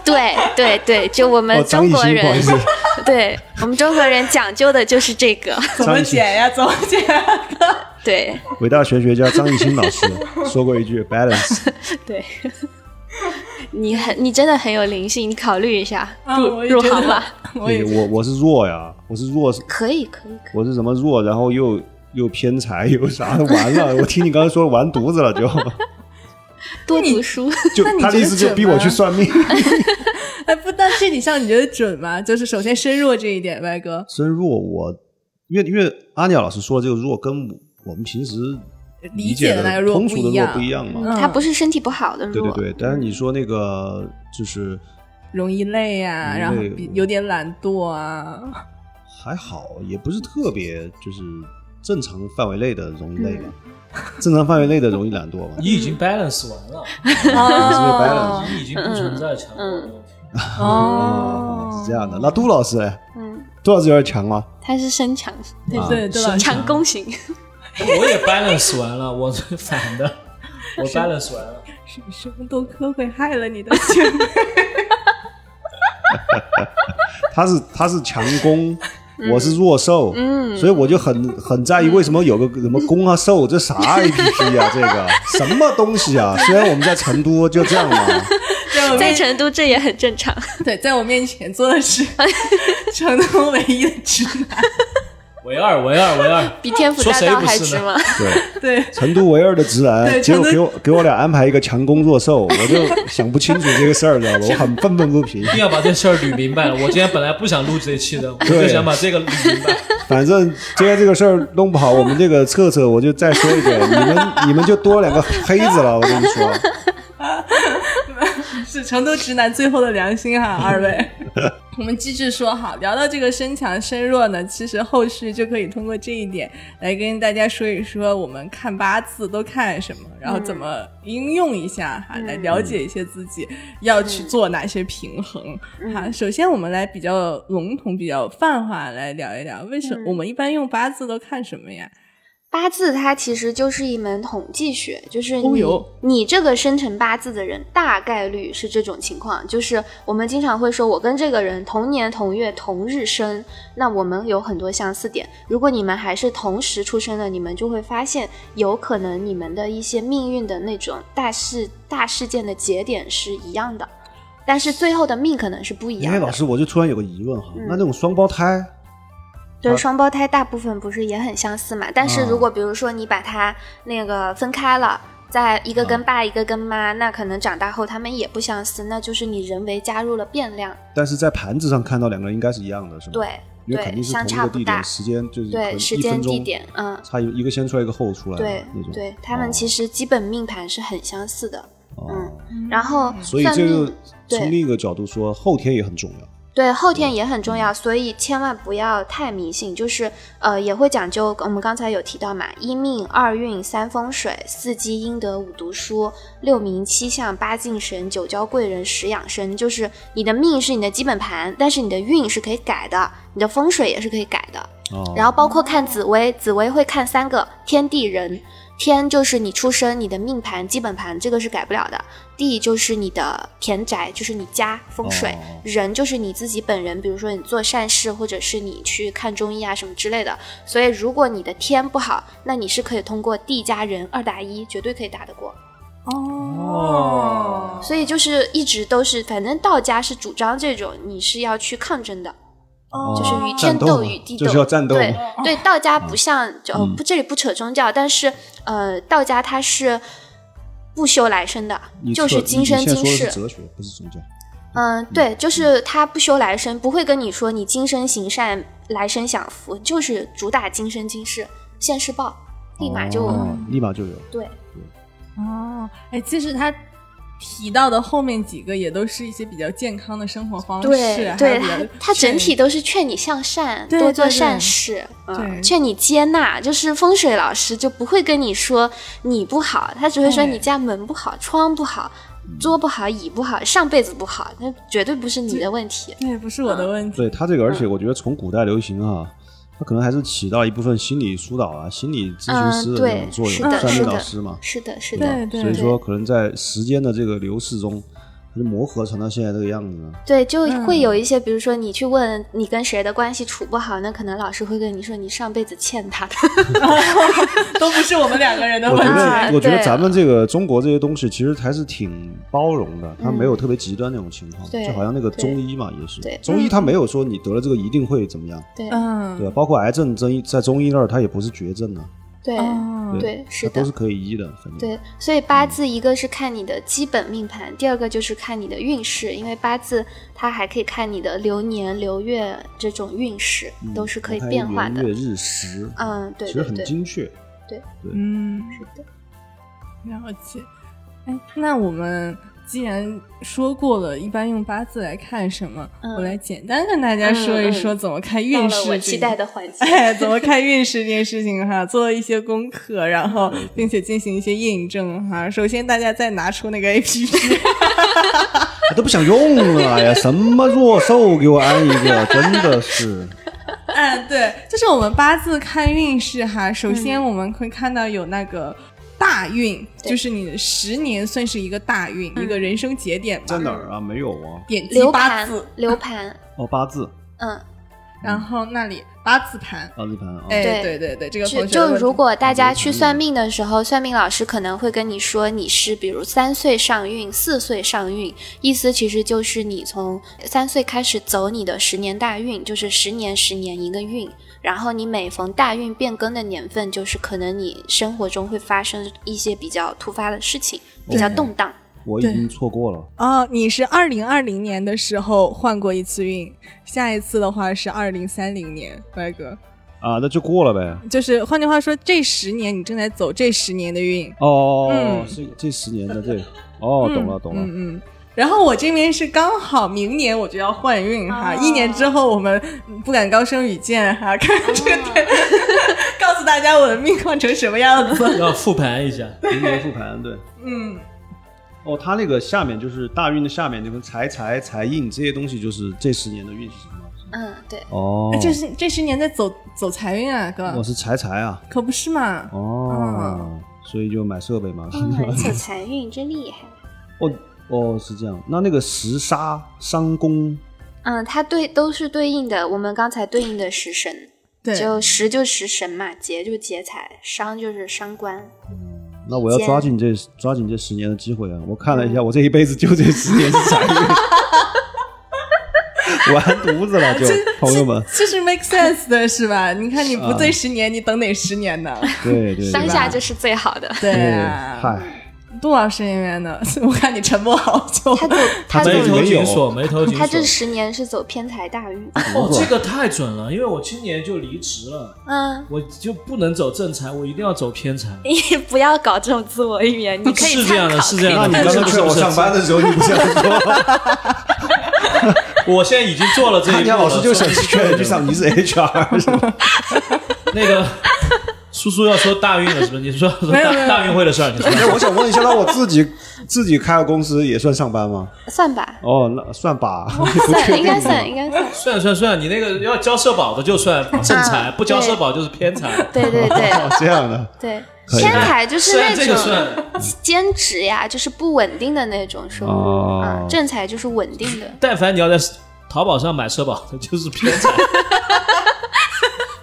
S4: 对对对，就我
S2: 呃
S5: 哦，
S4: 们
S5: 张
S4: 中
S5: 艺兴，
S4: 国
S5: 不好意
S2: (laughs)
S4: 人，
S5: 思，
S4: (laughs) 对我们中国人讲究的就是这个。
S2: 怎么解呀？怎么解呀？
S4: 对
S5: 伟大玄学家张艺兴老师说过一句
S2: (laughs)
S5: balance，
S4: 对，你很你真的很有灵性，你考虑一下
S2: 啊
S4: 入
S2: 我也
S4: 入
S2: 觉得
S4: 行吧。
S2: 我也
S5: 对我我是弱呀，我是弱，
S4: 可以可以可以，
S5: 我是什么弱，然后又又偏财又啥的，完了，
S2: (laughs)
S5: 我听你刚才说完犊子了就，
S4: 多读书。
S5: 就
S2: 那你
S5: 他的意思
S2: 觉
S5: 就
S2: 得
S5: 逼
S2: 准吗
S5: 我去算
S2: (laughs)
S5: 命，
S2: 哎，不，但这几项你觉得准吗？就是首先身弱这一点，歪哥，
S5: 真弱我，因为因为阿鸟老师说的这个弱跟我们平时
S2: 理
S5: 解
S2: 解的
S5: 的
S2: 那个弱
S5: 通俗
S2: 不
S5: 的
S2: 一
S5: 弱
S2: 样
S5: 不一样嘛，
S2: 嗯
S4: 他不是身体不好的
S5: 对对
S4: 弱，
S5: 对，但是你说那个就是。
S2: 容易累呀、
S5: 容易
S2: 然后
S5: 累嗯
S2: 比有点懒惰
S5: (laughs)
S2: 啊，
S5: 还好，也不是特别就是正常范围内的容易累吧，
S2: 嗯
S5: 正常范围内的容易懒惰吧。
S2: (laughs)
S3: 你已经 balance 完
S4: (laughs)
S3: 了，
S4: 嗯
S5: 哦
S3: 你已经不存在强弱的问题。
S2: (laughs) 哦，
S5: 是这样的，那杜老师，哎
S4: 嗯，
S5: 杜老师有点强啊吗？
S4: 他是身强
S2: 对
S5: 啊
S2: 对对
S5: (laughs)
S2: 吧？
S4: 强攻型，
S3: 我也 balance 完了， (laughs) 我是反的，我 balance 完了。
S2: 什什么都科会害了你的姐妹
S5: 他是他是强
S2: (laughs)
S5: 攻，
S2: 嗯
S5: 我是弱受，所以我就很很在意为什么有个什么攻啊受这啥 A P
S2: (laughs)
S5: P 啊，这个什么东西啊？虽然我们在成都就这
S2: (laughs)
S5: 样嘛，
S2: 在我
S4: 在
S2: 面前
S4: 成都这也很正常。
S2: 对，在我面前做的是成都唯一的直男。
S3: 唯二唯二唯二，
S4: (laughs) (laughs) 比天府大道还值吗？ (laughs)
S5: 对，
S2: 对，
S5: 成都唯二的直男，
S2: 对
S5: 结
S2: 成
S5: 果
S2: 都
S5: 给我给我俩安排一个强攻弱受，我就想不清楚这个事儿，知道吧？我很愤愤不平。
S3: 一定要把这事儿捋明白了。我今天本来不想录这一期
S4: (laughs)
S3: 的，我就
S5: 对
S3: 想把这个捋明白。
S5: 反正今天这个事儿弄不好，我们这个策策，我就再说一
S4: (laughs)
S5: 遍，你们你们就多两个黑子了，我跟你说。
S2: 是成都直男最后的良心哈，二位。 (laughs) 我们机智说好，聊到这个身强身弱呢，其实后续就可以通过这一点来跟大家说一说，我们看八字都看什么，然后
S4: 嗯
S2: 怎么应用一下哈，来了解一些自己要去
S4: 嗯
S2: 做哪些平衡哈。首先，我们来比较笼统、比较泛化来聊一聊，为
S4: 嗯
S2: 什么我们一般用八字都看什么呀？
S4: 八字它其实就是一门统计学，就是
S2: 哦
S4: 你、
S2: 哟
S4: 你这个生辰八字的人，大概率是这种情况。就是我们经常会说，我跟这个人同年同月同日生，那我们有很多相似点。如果你们还是同时出生的，你们就会发现，有可能你们的一些命运的那种大事大事件的节点是一样的，但是最后的命可能是不一样
S5: 哎，
S4: 的。
S5: 老师，我就突然有个疑问哈，
S4: 嗯
S5: 那这种双胞胎，
S4: 对，双胞胎大部分不是也很相似嘛？但是
S5: 嗯
S4: 如果比如说你把它那个分开了，在一个
S5: 嗯
S4: 跟爸一个跟妈，那可能长大后他们也不相似，那就是你人为加入了变量，
S5: 但是在盘子上看到两个人应该是一样的，是吗？，
S4: 对
S5: 因为肯
S4: 对，
S5: 定是
S4: 相
S5: 同一
S4: 差
S5: 个
S4: 不
S5: 地
S4: 大
S5: 点，，时间就是可能
S4: 对时
S5: 一
S4: 间
S5: 分钟
S4: 地点，嗯，
S5: 差一一个先出来，一个后出来，
S4: 对
S5: 那种。
S4: 对，他们
S5: 哦
S4: 其实基本命盘是很相似的，
S5: 哦
S4: 嗯然后
S5: 所以
S4: 算
S5: 这
S4: 命
S5: 个
S4: 对
S5: 从另一个角度说，后天也很重要。
S4: 对后天
S5: 嗯
S4: 也很重要，所以千万不要太迷信。就是呃，也会讲究我们刚才有提到嘛，一命、二运、三风水、四积阴德、五读书、六名七相、八敬神、九交贵人、十养生。就是你的命是你的基本盘，但是你的运是可以改的，你的风水也是可以改的。
S5: 哦，
S4: 然后包括看紫薇，紫薇会看三个天地人。天就是你出生，你的命盘、基本盘，这个是改不了的。地就是你的田宅，就是你家风水。
S5: 哦
S4: 人就是你自己本人，比如说你做善事，或者是你去看中医啊什么之类的。所以如果你的天不好，那你是可以通过地加人二打一，绝对可以打得过。
S3: 哦
S4: 所以就是一直都是，反正道家是主张这种你是要去抗争的。就是与天
S5: 哦战斗
S4: 斗
S5: 嘛
S4: 与地斗，
S5: 就是要战斗
S4: 对
S5: 嘛
S4: 对，道家不像
S5: 嗯
S4: 就呃不这里不扯宗教，但是呃，道家它是不修来生的
S5: 你，
S4: 就
S5: 测
S4: 是今生
S5: 你现在
S4: 今
S5: 说的
S4: 世
S5: 是。哲学，不是宗教。
S4: 嗯，对，就是他不修来生，不会跟你说你今生行善，来生享福，就是主打今生今世，现世报，立马就、嗯
S5: 哦立马就有。
S4: 对。
S2: 哦，哎，其实他提到的后面几个也都是一些比较健康的生活方式，哦啊还
S4: 对
S2: 有
S4: 对，
S2: 比较
S4: 它它整体
S2: 劝
S4: 都是劝你向善，
S2: 对
S4: 多
S2: 对
S4: 做
S2: 对
S4: 善事，
S2: 对
S4: 嗯，劝你接纳。就是风水老师就不会跟你说你不好，他只会说
S2: 对
S4: 你家门不好、窗不好、桌不好、椅不好、上辈子不好，那绝对不是你的问题。
S2: 对，不是我
S4: 嗯
S2: 的问题，
S5: 对他这个，而且我觉得从古代流行啊，它可能还是起到一部分心理疏导啊、心理咨询师的这种
S4: 嗯对，
S5: 作
S4: 是
S5: 用，
S4: 的，
S5: 算
S4: 是
S5: 命老
S4: 的，
S5: 师嘛，
S4: 是的，是
S5: 对
S4: 的。
S5: 吧？
S2: 对
S5: 所以
S4: 对
S5: 说，可能在时间的这个流逝中，它就磨合成了现在这个样子呢。
S4: 对，就会
S2: 嗯
S4: 有一些，比如说你去问你跟谁的关系处不好，那可能老师会跟你说你上辈子欠他的。
S2: 都不是我们两个人的
S5: 我
S2: 问
S5: 觉
S2: 题。
S5: 得，
S4: (laughs)
S5: 我觉得
S4: 对
S5: 咱们这个中国这些东西其实还是挺包容的，它
S4: 嗯
S5: 没有特别极端那种情况。
S4: 对
S5: 就好像那个
S4: 对
S5: 中医嘛，也是
S4: 对嗯
S5: 中医，他没有说你得了这个一定会怎么样，
S4: 对
S2: 嗯，
S5: 对吧？包括癌症，中医在中医那儿它也不是绝症啊，
S4: 对
S2: 哦
S4: 嗯对，是
S5: 它
S4: 的
S5: 都是。可以医的，反正。
S4: 对，所以八字一个是看你的基本命盘，第二个就是看你的运势，因为八字它还可以看你的流年、流月这种运势、
S5: 嗯
S4: 都是可以
S5: 它还
S4: 变化的
S5: 圆。月日时，
S4: 嗯，对
S5: 其实
S4: 对
S5: 很
S4: 对，
S5: 精确。
S2: 嗯，
S4: 是的。
S2: 了解。哎，那我们既然说过了，一般用八字来看什么，
S4: 嗯
S2: 我来简单跟大家说一说
S4: 嗯嗯
S2: 怎么看
S4: 到
S2: 运势、
S4: 了我期待的。
S2: (laughs)
S4: 环节。
S2: 哎，怎么看运势这件事情哈， (laughs) 做了一些功课，然后
S4: 嗯
S2: 并且进行一些验证哈。首先，大家再拿出那个 A P
S4: (laughs)
S2: P，
S5: 我都不想用了，哎呀，什么弱兽给我安一
S4: (laughs)
S5: 个，真的是。
S2: 嗯，对，就是我们八字看运势哈。首先我们会看到有那个大运，
S4: 对
S2: 就是你的十年算是一个大运，
S4: 嗯
S2: 一个人生节点吧。
S5: 在哪儿啊？没有啊。
S2: 点击
S4: 流
S2: 八
S4: 盘
S2: 字，，
S4: 流盘，
S5: 哦，八字。
S4: 嗯，
S2: 然后那里八字盘，
S5: 八字盘啊，
S2: 哎，
S4: 对
S2: 对对对，这个
S4: 就
S2: 同学
S4: 就
S2: 的问
S4: 如
S2: 题
S4: 果大家去算命的时候，算命老师可能会跟你说你是比如三岁上运、四岁上运，意思其实就是你从三岁开始走你的十年大运，就是十年十年一个运。然后你每逢大运变更的年份，就是可能你生活中会发生一些比较突发的事情，比较动荡。
S5: 我已经错过了。
S2: 哦，你是二零二零年的时候换过一次运，下一次的话是二零三零年，乖哥。
S5: 啊，那就过了呗。
S2: 就是换句话说，这十年你正在走这十年的运。
S5: 哦，
S2: 嗯
S5: 这这十年的
S4: (laughs)
S5: 这，哦，懂了懂了。
S2: 嗯嗯。然后我这边是刚好明年我就要换运哈，
S4: 哦
S2: 一年之后我们不敢高声语见哈，看看这个 (laughs) 对，告诉大家我的命换成什么样子。
S3: 要复盘一下。
S5: 明年复盘，对。
S2: 嗯，
S5: 哦，它那个下面就是大运的下面，那个财财财印这些东西，就是这十年的运是什么？
S4: 嗯，对。
S5: 哦
S2: 哎这是这十年在走走财运啊，哥
S5: 我，是财财啊。
S2: 可不是嘛？
S5: 哦，所以就买设备嘛。
S2: 哎
S4: 走财运真厉害。
S5: (laughs) 哦哦，是这样。那那个十杀伤宫，
S4: 嗯，它对都是对应的，我们刚才对应的食神，
S2: 对，
S4: 就食就食神嘛，劫就劫财，伤就是伤官。
S5: 那我要抓紧这抓紧这十年的机会啊！我看
S4: 嗯
S5: 了一下，我这一辈子就这十年是 (laughs) 财运，完犊子了就，朋友们。
S2: 这是 make sense 的是吧？你看你不
S5: 啊
S2: 对十年，你等哪十年呢？
S5: 对对，
S4: 当下就是是最好的。
S2: 对
S5: 对，
S2: 啊，
S5: 哎嗨，
S2: 杜老师那边呢？ (laughs) 我看你沉默好久。
S4: 他走 (laughs) 他走
S5: 这
S3: 眉头
S5: 里没有
S3: 紧锁，眉头紧
S4: 他这
S3: 锁。
S4: 十年是走偏财大运。
S5: (laughs)
S3: 哦，这个太准了，因为我今年就离职了，
S4: 嗯，
S3: 我就不能走正财，我一定要走偏财。
S4: 你不要搞这种自我预言，你可以
S3: 是这
S4: 参
S3: 样的，
S4: 考。
S3: 是这
S5: 那
S3: 样
S5: 你
S3: 的。
S5: 刚
S3: 是
S5: 刚劝
S3: 不
S5: 我
S3: 是
S5: 上班的时候，你不这 (laughs) 样说，
S3: 我现在已经做了这一
S5: 谭
S3: 步
S5: 家
S3: 了。
S5: 老师就
S3: 所
S5: 想
S3: 以
S5: 去劝人去上，你是 HR 是 (laughs) 吧？
S3: 那
S5: (laughs)
S3: 个叔叔要说大运了，是不是？你说说
S2: 没有没
S3: 大
S2: 有
S3: 大运会的事儿，你说
S5: 哎那我想问一下，那我自己自己开个公司也算上班吗？
S4: 算
S5: (laughs)
S4: 吧，
S5: 哦，那算吧， (laughs) 不
S4: 算
S5: 确
S4: 应
S5: 定啊
S4: 该。算，应该算。
S3: 算算算，你那个要交社保的就算正财，
S4: 啊
S3: 不交社保就是偏财。
S4: 对对对
S5: (laughs) 哦，这样的，
S4: 对，
S5: 可以
S4: 偏财就
S3: 虽
S4: 是
S3: 然这
S4: 那
S3: 个
S4: 种
S3: 算，
S4: 兼职呀，就是不稳定的那种收入
S5: 哦
S4: 啊，正财就是稳定
S5: (laughs)
S4: 的。
S3: 但凡你要在淘宝上买社保，那就是偏财。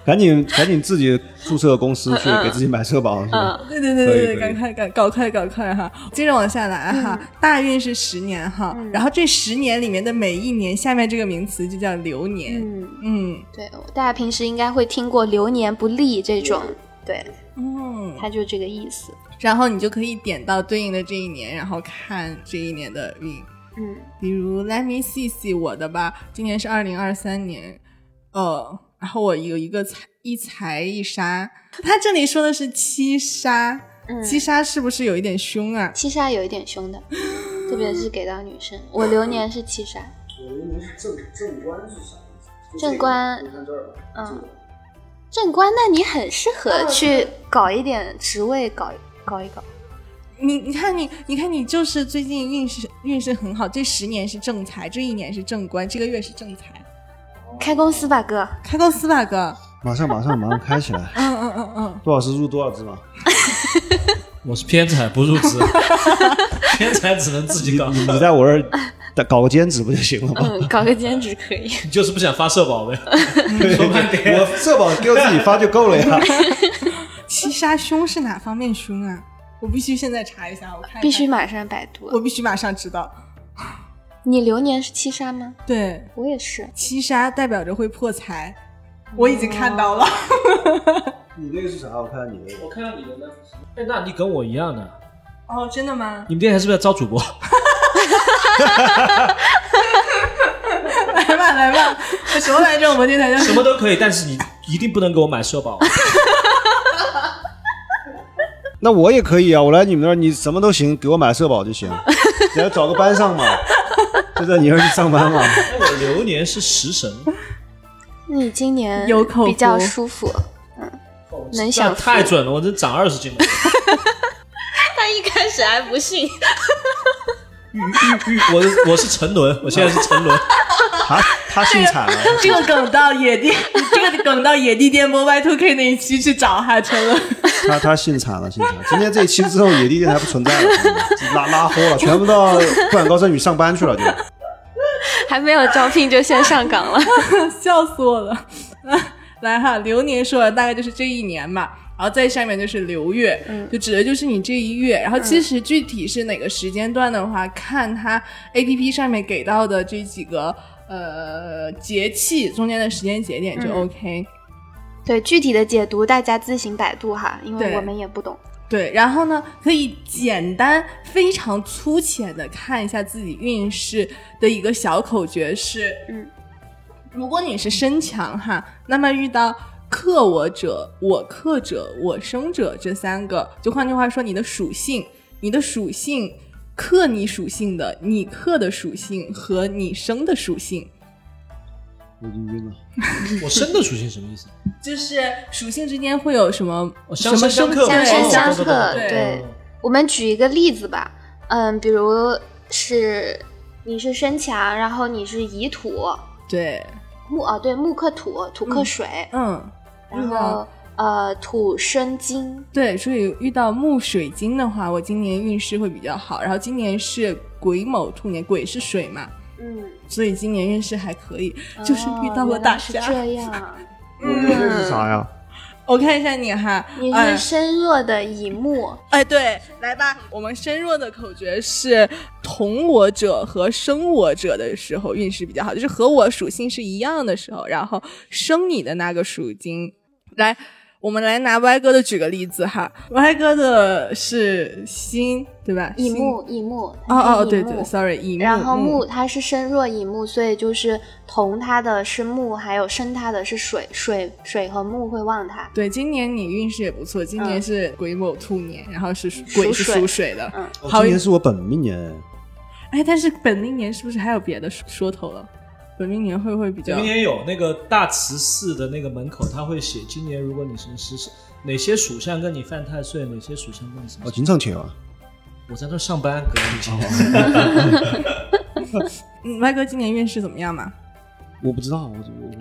S5: 赶紧赶紧自己注册公司
S3: 嗯
S5: 去给自己买社保，是吧？
S2: 对对对
S5: 可以
S2: 对对，
S5: 可以
S2: 赶快赶搞快搞快哈！接着往下来哈，大运是十年哈，
S4: 嗯
S2: 然后这十年里面的每一年，下面这个名词就叫流年。
S4: 嗯，
S2: 嗯
S4: 对，大家平时应该会听过“流年不利”这种，对，
S2: 嗯，
S4: 它就这个意思。
S2: 然后你就可以点到对应的这一年，然后看这一年的运。
S4: 嗯，
S2: 比如 Let me see see 我的吧，今年是二零二三年，呃，然后我有一个财一财一杀，他这里说的是七杀，
S4: 嗯
S2: 七杀是不是有一点凶啊？
S4: 七杀有一点 (gasps) 凶的，特别是给到女生。我流年是七杀，我流年是正正官是啥正官，嗯，正官，那你很适合去搞一点职位，搞搞一搞。
S2: 你你看你你看你就是最近运势运势很好，这十年是正财，这一年是正官，这个月是正财，
S4: 开公司吧，哥，
S2: 开公司吧哥，
S5: 马上马上马上开起来，
S2: 嗯嗯嗯嗯，
S5: 多少时入多少只嘛？
S3: 我是偏财，不入
S4: (laughs)
S3: 职。偏财只能自己搞，
S5: 你在我这儿搞个兼职不就行了吗？
S4: 嗯，搞个兼职可以。
S3: 你就是不想发社保呗？嗯说半天
S5: 我社保给我自己发就够了呀。
S2: 七杀凶是哪方面凶啊？我必须现在查一下，我看一看
S4: (laughs) 必须，马上百度
S2: 我。必须马上知道，
S4: 你流年是七杀吗？
S2: 对。
S4: 我也是。
S2: 七杀代表着会破财，我已经看到了。
S5: 你那个是啥？我看看你那个。
S3: 我看到你的呢，哎，那你跟我一样的，
S2: 哦，真的吗？
S3: 你们电台是不是要招主播？
S2: (laughs) 来吧，来吧，什么来着？我们电台叫
S3: 什么都可以，但是你一定不能给我买社保。
S5: 那我也可以啊，我来你们那儿，你什么都行，给我买社保就行。只要找个班上嘛，就在你那儿去上班嘛。
S3: 哎我流年是食神，
S4: 你今年
S2: 有口福
S4: 比较舒服。能想
S3: 那太准了，我这长二十斤了。
S4: 他一开始还不信，
S3: 玉玉玉，我是我是沉沦，我现在是沉沦。
S5: 他他姓惨了，
S2: 这个梗到野地，这个梗到野地电波 Y Two K 那一期去找哈成了。
S5: 他他姓惨了，姓惨。今天这一期之
S3: (laughs)
S5: 后，野地电台不存在了，拉拉豁了，全部到不敢高声语上班去了就。
S4: (laughs) 还没有招聘就先上岗 (laughs) 了。
S2: 笑死我了。啊来哈，流年说的大概就是这一年嘛，然后再下面就是流月，就指的就是你这一月。然后其实具体是哪个时间段的话，看它 A P P 上面给到的这几个呃节气中间的时间节点就
S4: 嗯
S2: OK。
S4: 对具体的解读，大家自行百度哈，因为
S2: 对
S4: 我们也不懂。
S2: 对，然后呢，可以简单、非常粗浅的看一下自己运势的一个小口诀是：
S4: 嗯，
S2: 如果你是身强哈，那么遇到克我者、我克者、我生者这三个，就换句话说，你的属性、你的属性克你属性的、你克的属性和你生的属性，
S5: 我已经晕了。
S3: 我生的属性什么意思？
S2: 就是属性之间会有什么
S3: 哦
S2: 什
S3: 相
S2: 么
S3: 生
S2: 生
S3: 相克，哦
S4: 相
S2: 对
S4: 生
S2: 相
S4: 相克
S2: 对
S3: 啊
S4: 对我们举一个例子吧，嗯，比如是你是身强，然后你是乙土
S2: 对，
S4: 木啊，对木克土，土克水，
S2: 嗯，
S4: 然后呃土生金，
S2: 对，所以遇到木水晶的话，我今年运势会比较好。然后今年是癸卯兔年，癸是水嘛，
S4: 嗯，
S2: 所以今年运势还可以。就是遇到
S4: 哦
S2: 了
S4: 原来
S2: 大
S4: 是
S2: 家
S4: (laughs) 这样。
S5: 我这是啥呀？
S2: 我看一下你哈，
S4: 你
S2: 哎
S4: 是身弱的乙木，
S2: 哎，对，来吧，我们身弱的口诀是同我者和生我者的时候运势比较好，就是和我属性是一样的时候，然后生你的那个属金。来，我们来拿歪哥的举个例子哈，歪哥的是辛，对吧？
S4: 乙
S2: 辛
S4: 木，乙木。
S2: 哦哦，
S4: 乙
S2: 对
S4: 木
S2: 对，sorry，乙木。
S4: 然后
S2: 嗯
S4: 木它是身弱乙木，所以就是同它的是木，还有生它的是水，水水和木会旺它。
S2: 对，今年你运势也不错，今年
S4: 嗯
S2: 是癸卯兔年，然后是属癸是
S4: 水
S2: 属水的，
S4: 嗯
S5: 哦
S2: 好
S5: 今年是我本命年，
S2: 哎，但是本命年是不是还有别的说说头了？本命年会不会比
S3: 我
S2: 较
S3: 们？也哦有那个大慈寺的那个门口，他会写今年如果你是是哪些属相跟你犯太岁，哪些属相跟你什么
S5: 我。经常去啊。
S3: 我在这上班，隔壁亲
S2: 嗯，歪哥今年运势怎么样嘛？
S5: 我不知道，我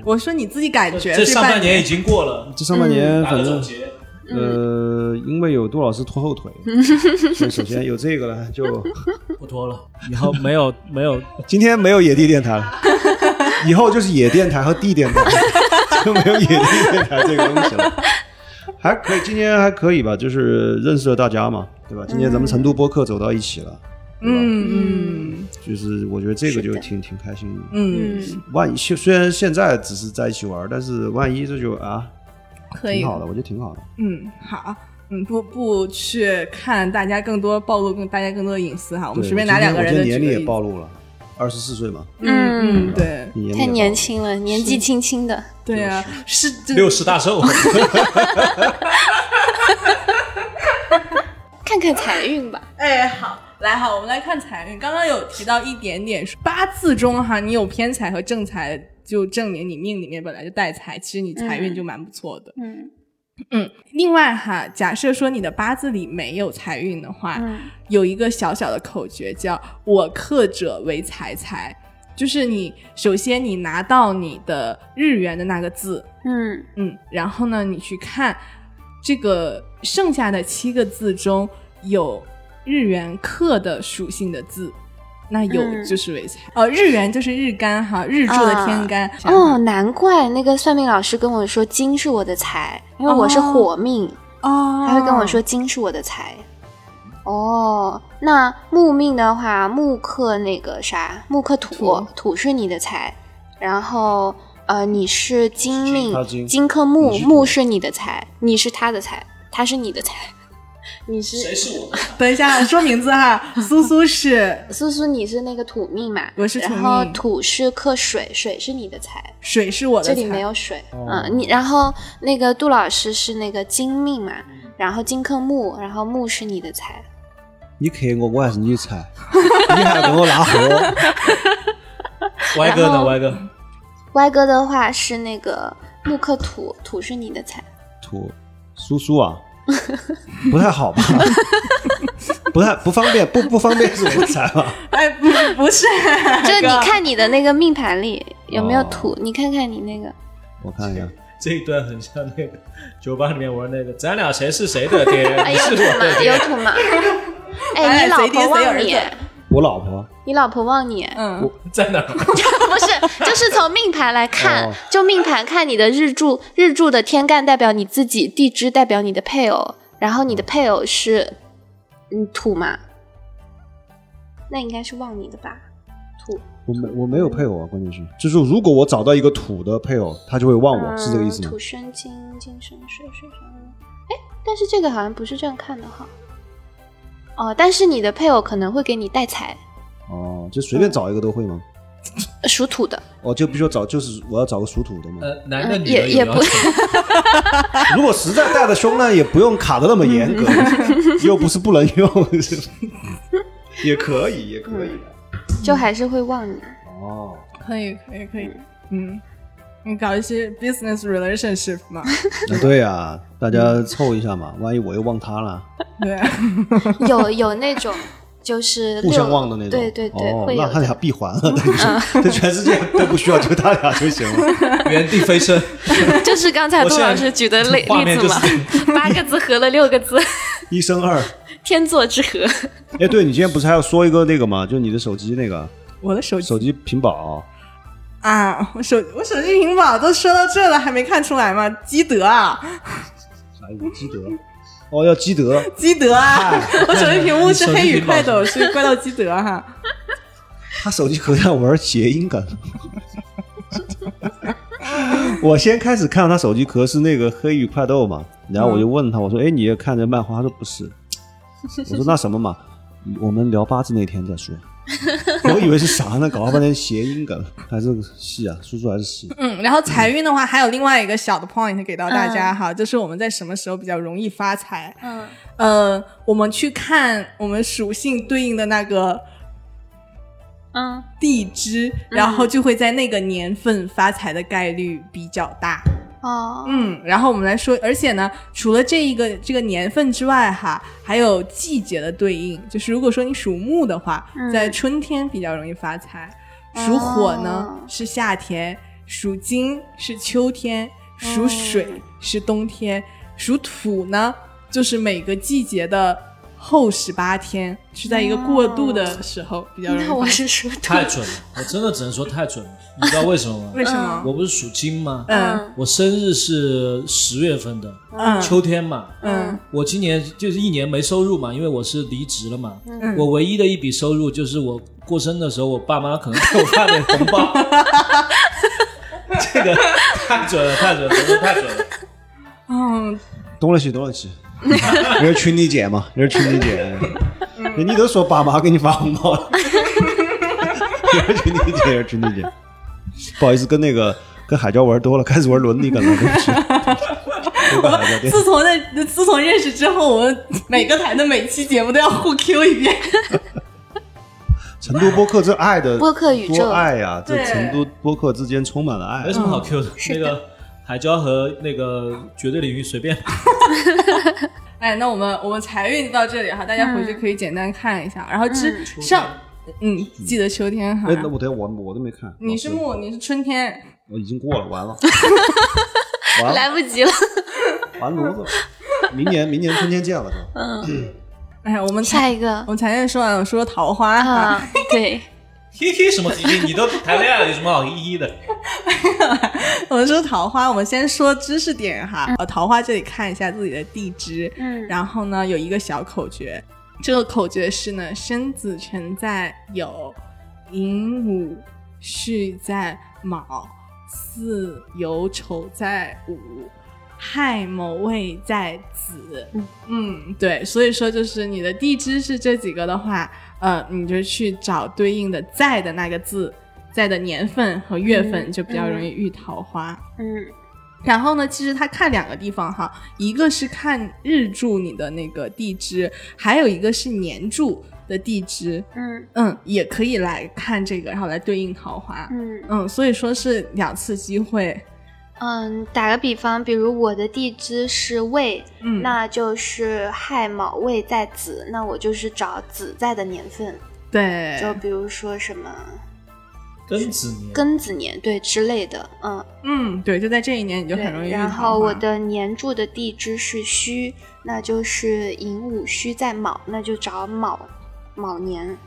S5: 我
S2: 我说你自己感觉
S3: 呃这上半
S2: 年
S3: 年已经过了，
S5: 这上半年
S3: 嗯打
S5: 嗯反
S3: 个总
S5: 正
S3: 结。
S5: 呃，因为有杜老师拖后腿，所以首先有这个了，就 (laughs)
S3: 不拖了，以后没有没有，
S5: 今天没有野地电台了，以后就是野电台和地电台，就没有野地电台这个东西了。还可以，今年还可以吧，就是认识了大家嘛，对吧？今年咱们成都播客走到一起了，对吧？
S2: 嗯嗯
S5: 就是我觉得这个就是
S4: 的
S5: 挺挺开心的。
S2: 嗯，
S4: 嗯，
S5: 万一虽虽然现在只是在一起玩，但是万一这就啊，
S2: 可以
S5: 挺，好的，我觉得挺好的。
S2: 嗯，好。嗯，不不去看大家更多暴露更大家更多的隐私哈，我
S5: 我
S2: 们随便拿两个人的
S5: 今天
S2: 举
S5: 我
S2: 个例
S5: 今天年龄也
S2: 子
S5: 暴露了，二十四岁嘛，
S2: 嗯嗯，
S4: 嗯
S2: 对
S5: 你也
S4: 太年
S5: 暴露
S4: 轻了，年纪轻轻的。
S2: 对啊，是真
S3: (laughs) 六十大寿，
S4: 看看财运吧，
S2: 哎，好，来好，我们来看财运。刚刚有提到一点点，八字中哈，你有偏财和正财，就证明你命里面本来就带财，其实你财运就蛮不错的。
S4: 嗯
S2: 嗯，另外哈，假设说你的八字里没有财运的话，
S4: 嗯
S2: 有一个小小的口诀叫“我克者为财财”，就是你首先你拿到你的日元的那个字，
S4: 嗯
S2: 嗯，然后呢，你去看这个剩下的七个字中有日元克的属性的字，那有
S4: 嗯
S2: 就是为财。哦，日元就是日干哈，日柱的天干。
S4: 哦，难怪那个算命老师跟我说金是我的财，因为我是火命，
S2: 哦，
S4: 他会跟我说金是我的财。哦，那木命的话，木克那个啥，木克土，
S2: 土
S4: 土是你的财，然后呃，你是金命
S5: 他，金
S4: 克木
S5: 你，是土
S4: 木是你的财，你是他的财，他是你的财， (laughs) 你
S3: 谁
S4: 是
S3: 是我的？
S2: 等一下说名字
S4: (laughs)
S2: 哈，苏苏是
S4: 苏苏，你是那个土命嘛？
S2: 我是土
S4: 然后
S2: 命
S4: 土是克水，水是你的财，
S2: 水是我的
S4: 这
S2: 财，
S4: 里没有水，嗯，你然后那个杜老师是那个金命嘛，然后金克木，然后木是你的财，
S5: 你克我，我还是你菜，你还要跟我拉活。
S3: 歪哥
S4: 然
S3: 呢？
S4: 后
S3: 歪哥，
S4: 歪哥的话是那个木克土，土是你的财，
S5: 土叔叔
S4: (laughs)
S5: 啊，不太好吧？ (laughs) 不太不方便，不不方便是我的财吧？
S2: 哎，不不是，
S4: (laughs)
S2: 哎
S4: 就是你看你的那个命盘里有没有
S5: 哦
S4: 土，你看看你那个，
S5: 我看一下，
S3: 这一段很像那个酒吧里面玩那个，咱俩谁是谁的爹？
S4: (laughs) 哎，
S3: 你
S4: 有
S3: 是
S4: 土
S3: 我
S4: 吗
S3: 的？
S4: 有
S3: 爹。
S4: 土吗？
S2: 哎
S4: 哎，你老
S2: 谁爹
S4: 婆
S2: 谁儿
S4: 旺
S2: 子
S4: 你，
S5: 我老婆
S4: 你老婆旺你，
S2: 嗯，
S3: 在哪儿？
S4: (laughs) 不是，就是从命盘来看，
S5: 哦
S4: 就命盘看你的日柱，日柱的天干代表你自己，地支代表你的配偶，然后你的配偶是嗯土嘛，那应该是旺你的吧？土
S5: 我没我没有配偶啊，关键是就是如果我找到一个土的配偶，他就会旺我，是这个意思
S4: 嗯
S5: 吗
S4: 土？生金，金生水，水生木。哎，但是这个好像不是这样看的哈。哦，但是你的配偶可能会给你带财，
S5: 哦，就随便找一个都会吗？
S4: 呃属土的，
S5: 哦，就比如说找，就是我要找个属土的嘛。
S3: 呃，男的
S4: 嗯、
S3: 女
S4: 也
S3: 的
S4: 也
S3: 有要
S4: 不
S3: 求。
S5: (laughs) 如果实在带的凶呢，也不用卡的那么严
S4: (laughs)
S5: 格，又不是不能用，是吧也可以，也可以的。
S4: 就还是会
S5: (laughs)
S4: 旺你。
S5: 哦，
S2: 可以可以可以，嗯，你搞一些 business relationship 嘛，
S4: (laughs)
S5: 那对啊，大家凑一下 (laughs) 嘛，万一我又忘他了，
S2: 对，啊
S4: 有有那种就是
S5: 互相
S4: 六
S5: 忘的那种。
S4: 对对对，
S5: 哦
S4: 会，有嗯
S5: 那他
S4: 的。
S5: 俩闭
S4: (laughs)
S5: 环了，等于是， (laughs) 这全世界都不需要，就他俩就行
S4: (laughs)
S5: 了。
S3: 原地飞升，
S4: 就是刚才
S3: 我
S4: 陆
S3: 现在
S4: 老师举的例
S3: 画
S4: 例
S3: 面
S4: 子
S3: 就是
S4: 嘛，
S3: (laughs)
S4: 八个字合了六个字， (laughs)
S5: 一生二。
S4: 天作之合。
S5: 哎，对你今天不是还要说一个那个吗？就你的手机那个
S2: 我的手机
S5: 手机屏保，
S2: 啊，我手我手机屏保都说到这了，还没看出来吗？基德啊，
S5: 啥意思？基德。哦，要基德。
S2: 基德啊，我手机屏幕是黑
S3: 手机
S2: 与
S3: 屏保
S2: 快斗，是怪盗基德啊哈。
S5: 他手机壳上玩谐音梗。我先开始看到他手机壳是那个《黑与快斗》嘛，然后我就问他，我说：“哎，你也看这漫画？”他说：“不是。”我说：“那什么嘛，我们聊八字那天再说。”我以为是啥呢，搞了半天谐音梗，还是戏啊，说出来是戏。
S2: 嗯，然后财运的话，还有另外一个小的 point 给到大家哈，就是我们在什么时候比较容易发财？
S4: 嗯，
S2: 呃，我们去看我们属性对应的那个
S4: 嗯，
S2: 地支，然后就会在那个年份发财的概率比较大。
S4: 哦，
S2: 嗯，然后我们来说，而且呢，除了这一个这个年份之外哈，还有季节的对应，就是如果说你属木的话，
S4: 嗯
S2: 在春天比较容易发财；属火呢、
S4: 哦
S2: 是夏天，属金是秋天，属水
S4: 嗯
S2: 是冬天，属土呢就是每个季节的后十八天是在一个过渡的时候比较容易
S4: 哦嗯那我
S2: 发财。
S4: 是属土
S3: 太。准了，我真的只能说太准了。你知道为什么
S4: 嗯
S3: 吗？
S2: 为什么？
S3: 我不是属金吗？
S2: 嗯
S3: 我生日是十月份的，
S2: 嗯
S3: 秋天嘛。
S2: 嗯
S3: 我今年就是一年没收入嘛，因为我是离职了嘛。
S2: 嗯
S3: 我唯一的一笔收入就是我过生的时候，我爸妈可能给我发点红包。这个太准了，太准了，真的太准了。
S2: 嗯，
S5: 懂了起，懂了起。你是群里姐嘛？你是群里姐，你都说爸妈给你发红包了。你是群里姐，你是群里姐。不好意思，跟那个跟海椒玩多了，开始玩伦理梗了，对不起。对吧？海椒
S2: (laughs)
S5: 对，
S2: 自从那自从认识之后，我们每个台的每期节目都要互 Q 一遍。
S5: 成都播客这爱的
S4: 播客宇宙
S5: 多爱呀、这
S2: 对
S5: 成都播客之间充满了爱
S3: 没。什么好 Q 的。那个海椒和那个绝对领域随便。 (laughs)
S2: 哎，那我们我们财运就到这里哈，大家回去可以简单看一下。然后之上，嗯，记得秋天哈
S5: 哎，。那我等下我我都没看，
S2: 你是
S5: 我
S2: 木，你是春天，
S5: 我已经过了，完了，完了，
S4: 嗯来不及了，
S5: 完犊子了。明年明年春天见了是吧？
S2: 哎，我们财
S4: 下一个 (laughs)
S2: 我们财运说完了，说桃花哈， (laughs)
S4: 啊，对，
S3: 嘿嘿，什么嘿嘿？你都谈恋爱了，有什么好嘿嘿的？
S2: 我们说桃花，我们先说知识点哈。呃，桃花这里看一下自己的地支，
S4: (laughs) 嗯，
S2: 然后呢有一个小口诀，这个口诀是呢：生子辰在酉，寅午戌在卯，巳酉丑在午，亥卯未在子。
S4: 嗯
S2: 对，所以说就是你的地支是这几个的话，呃，你就去找对应的在的那个字，在的年份和月份，
S4: 嗯
S2: 就比较容易遇桃花。
S4: 嗯
S2: 然后呢，其实他看两个地方哈，一个是看日柱你的那个地支，还有一个是年柱的地支，
S4: 嗯
S2: 嗯，也可以来看这个，然后来对应桃花，
S4: 嗯
S2: 嗯，所以说是两次机会，
S4: 嗯，打个比方，比如我的地支是未，
S2: 嗯，
S4: 那就是亥卯未在子，那我就是找子在的年份，
S3: 哎
S2: 对，
S4: 就比如说什么
S3: 庚子年，
S4: 庚子年对之类的，嗯，
S2: 嗯，对，就在这一年你就
S4: 对
S2: 很容易遇
S4: 然
S2: 桃
S4: 后
S2: 花
S4: 我的年柱的地支是戌，那就是寅午戌在卯，那就找卯卯年。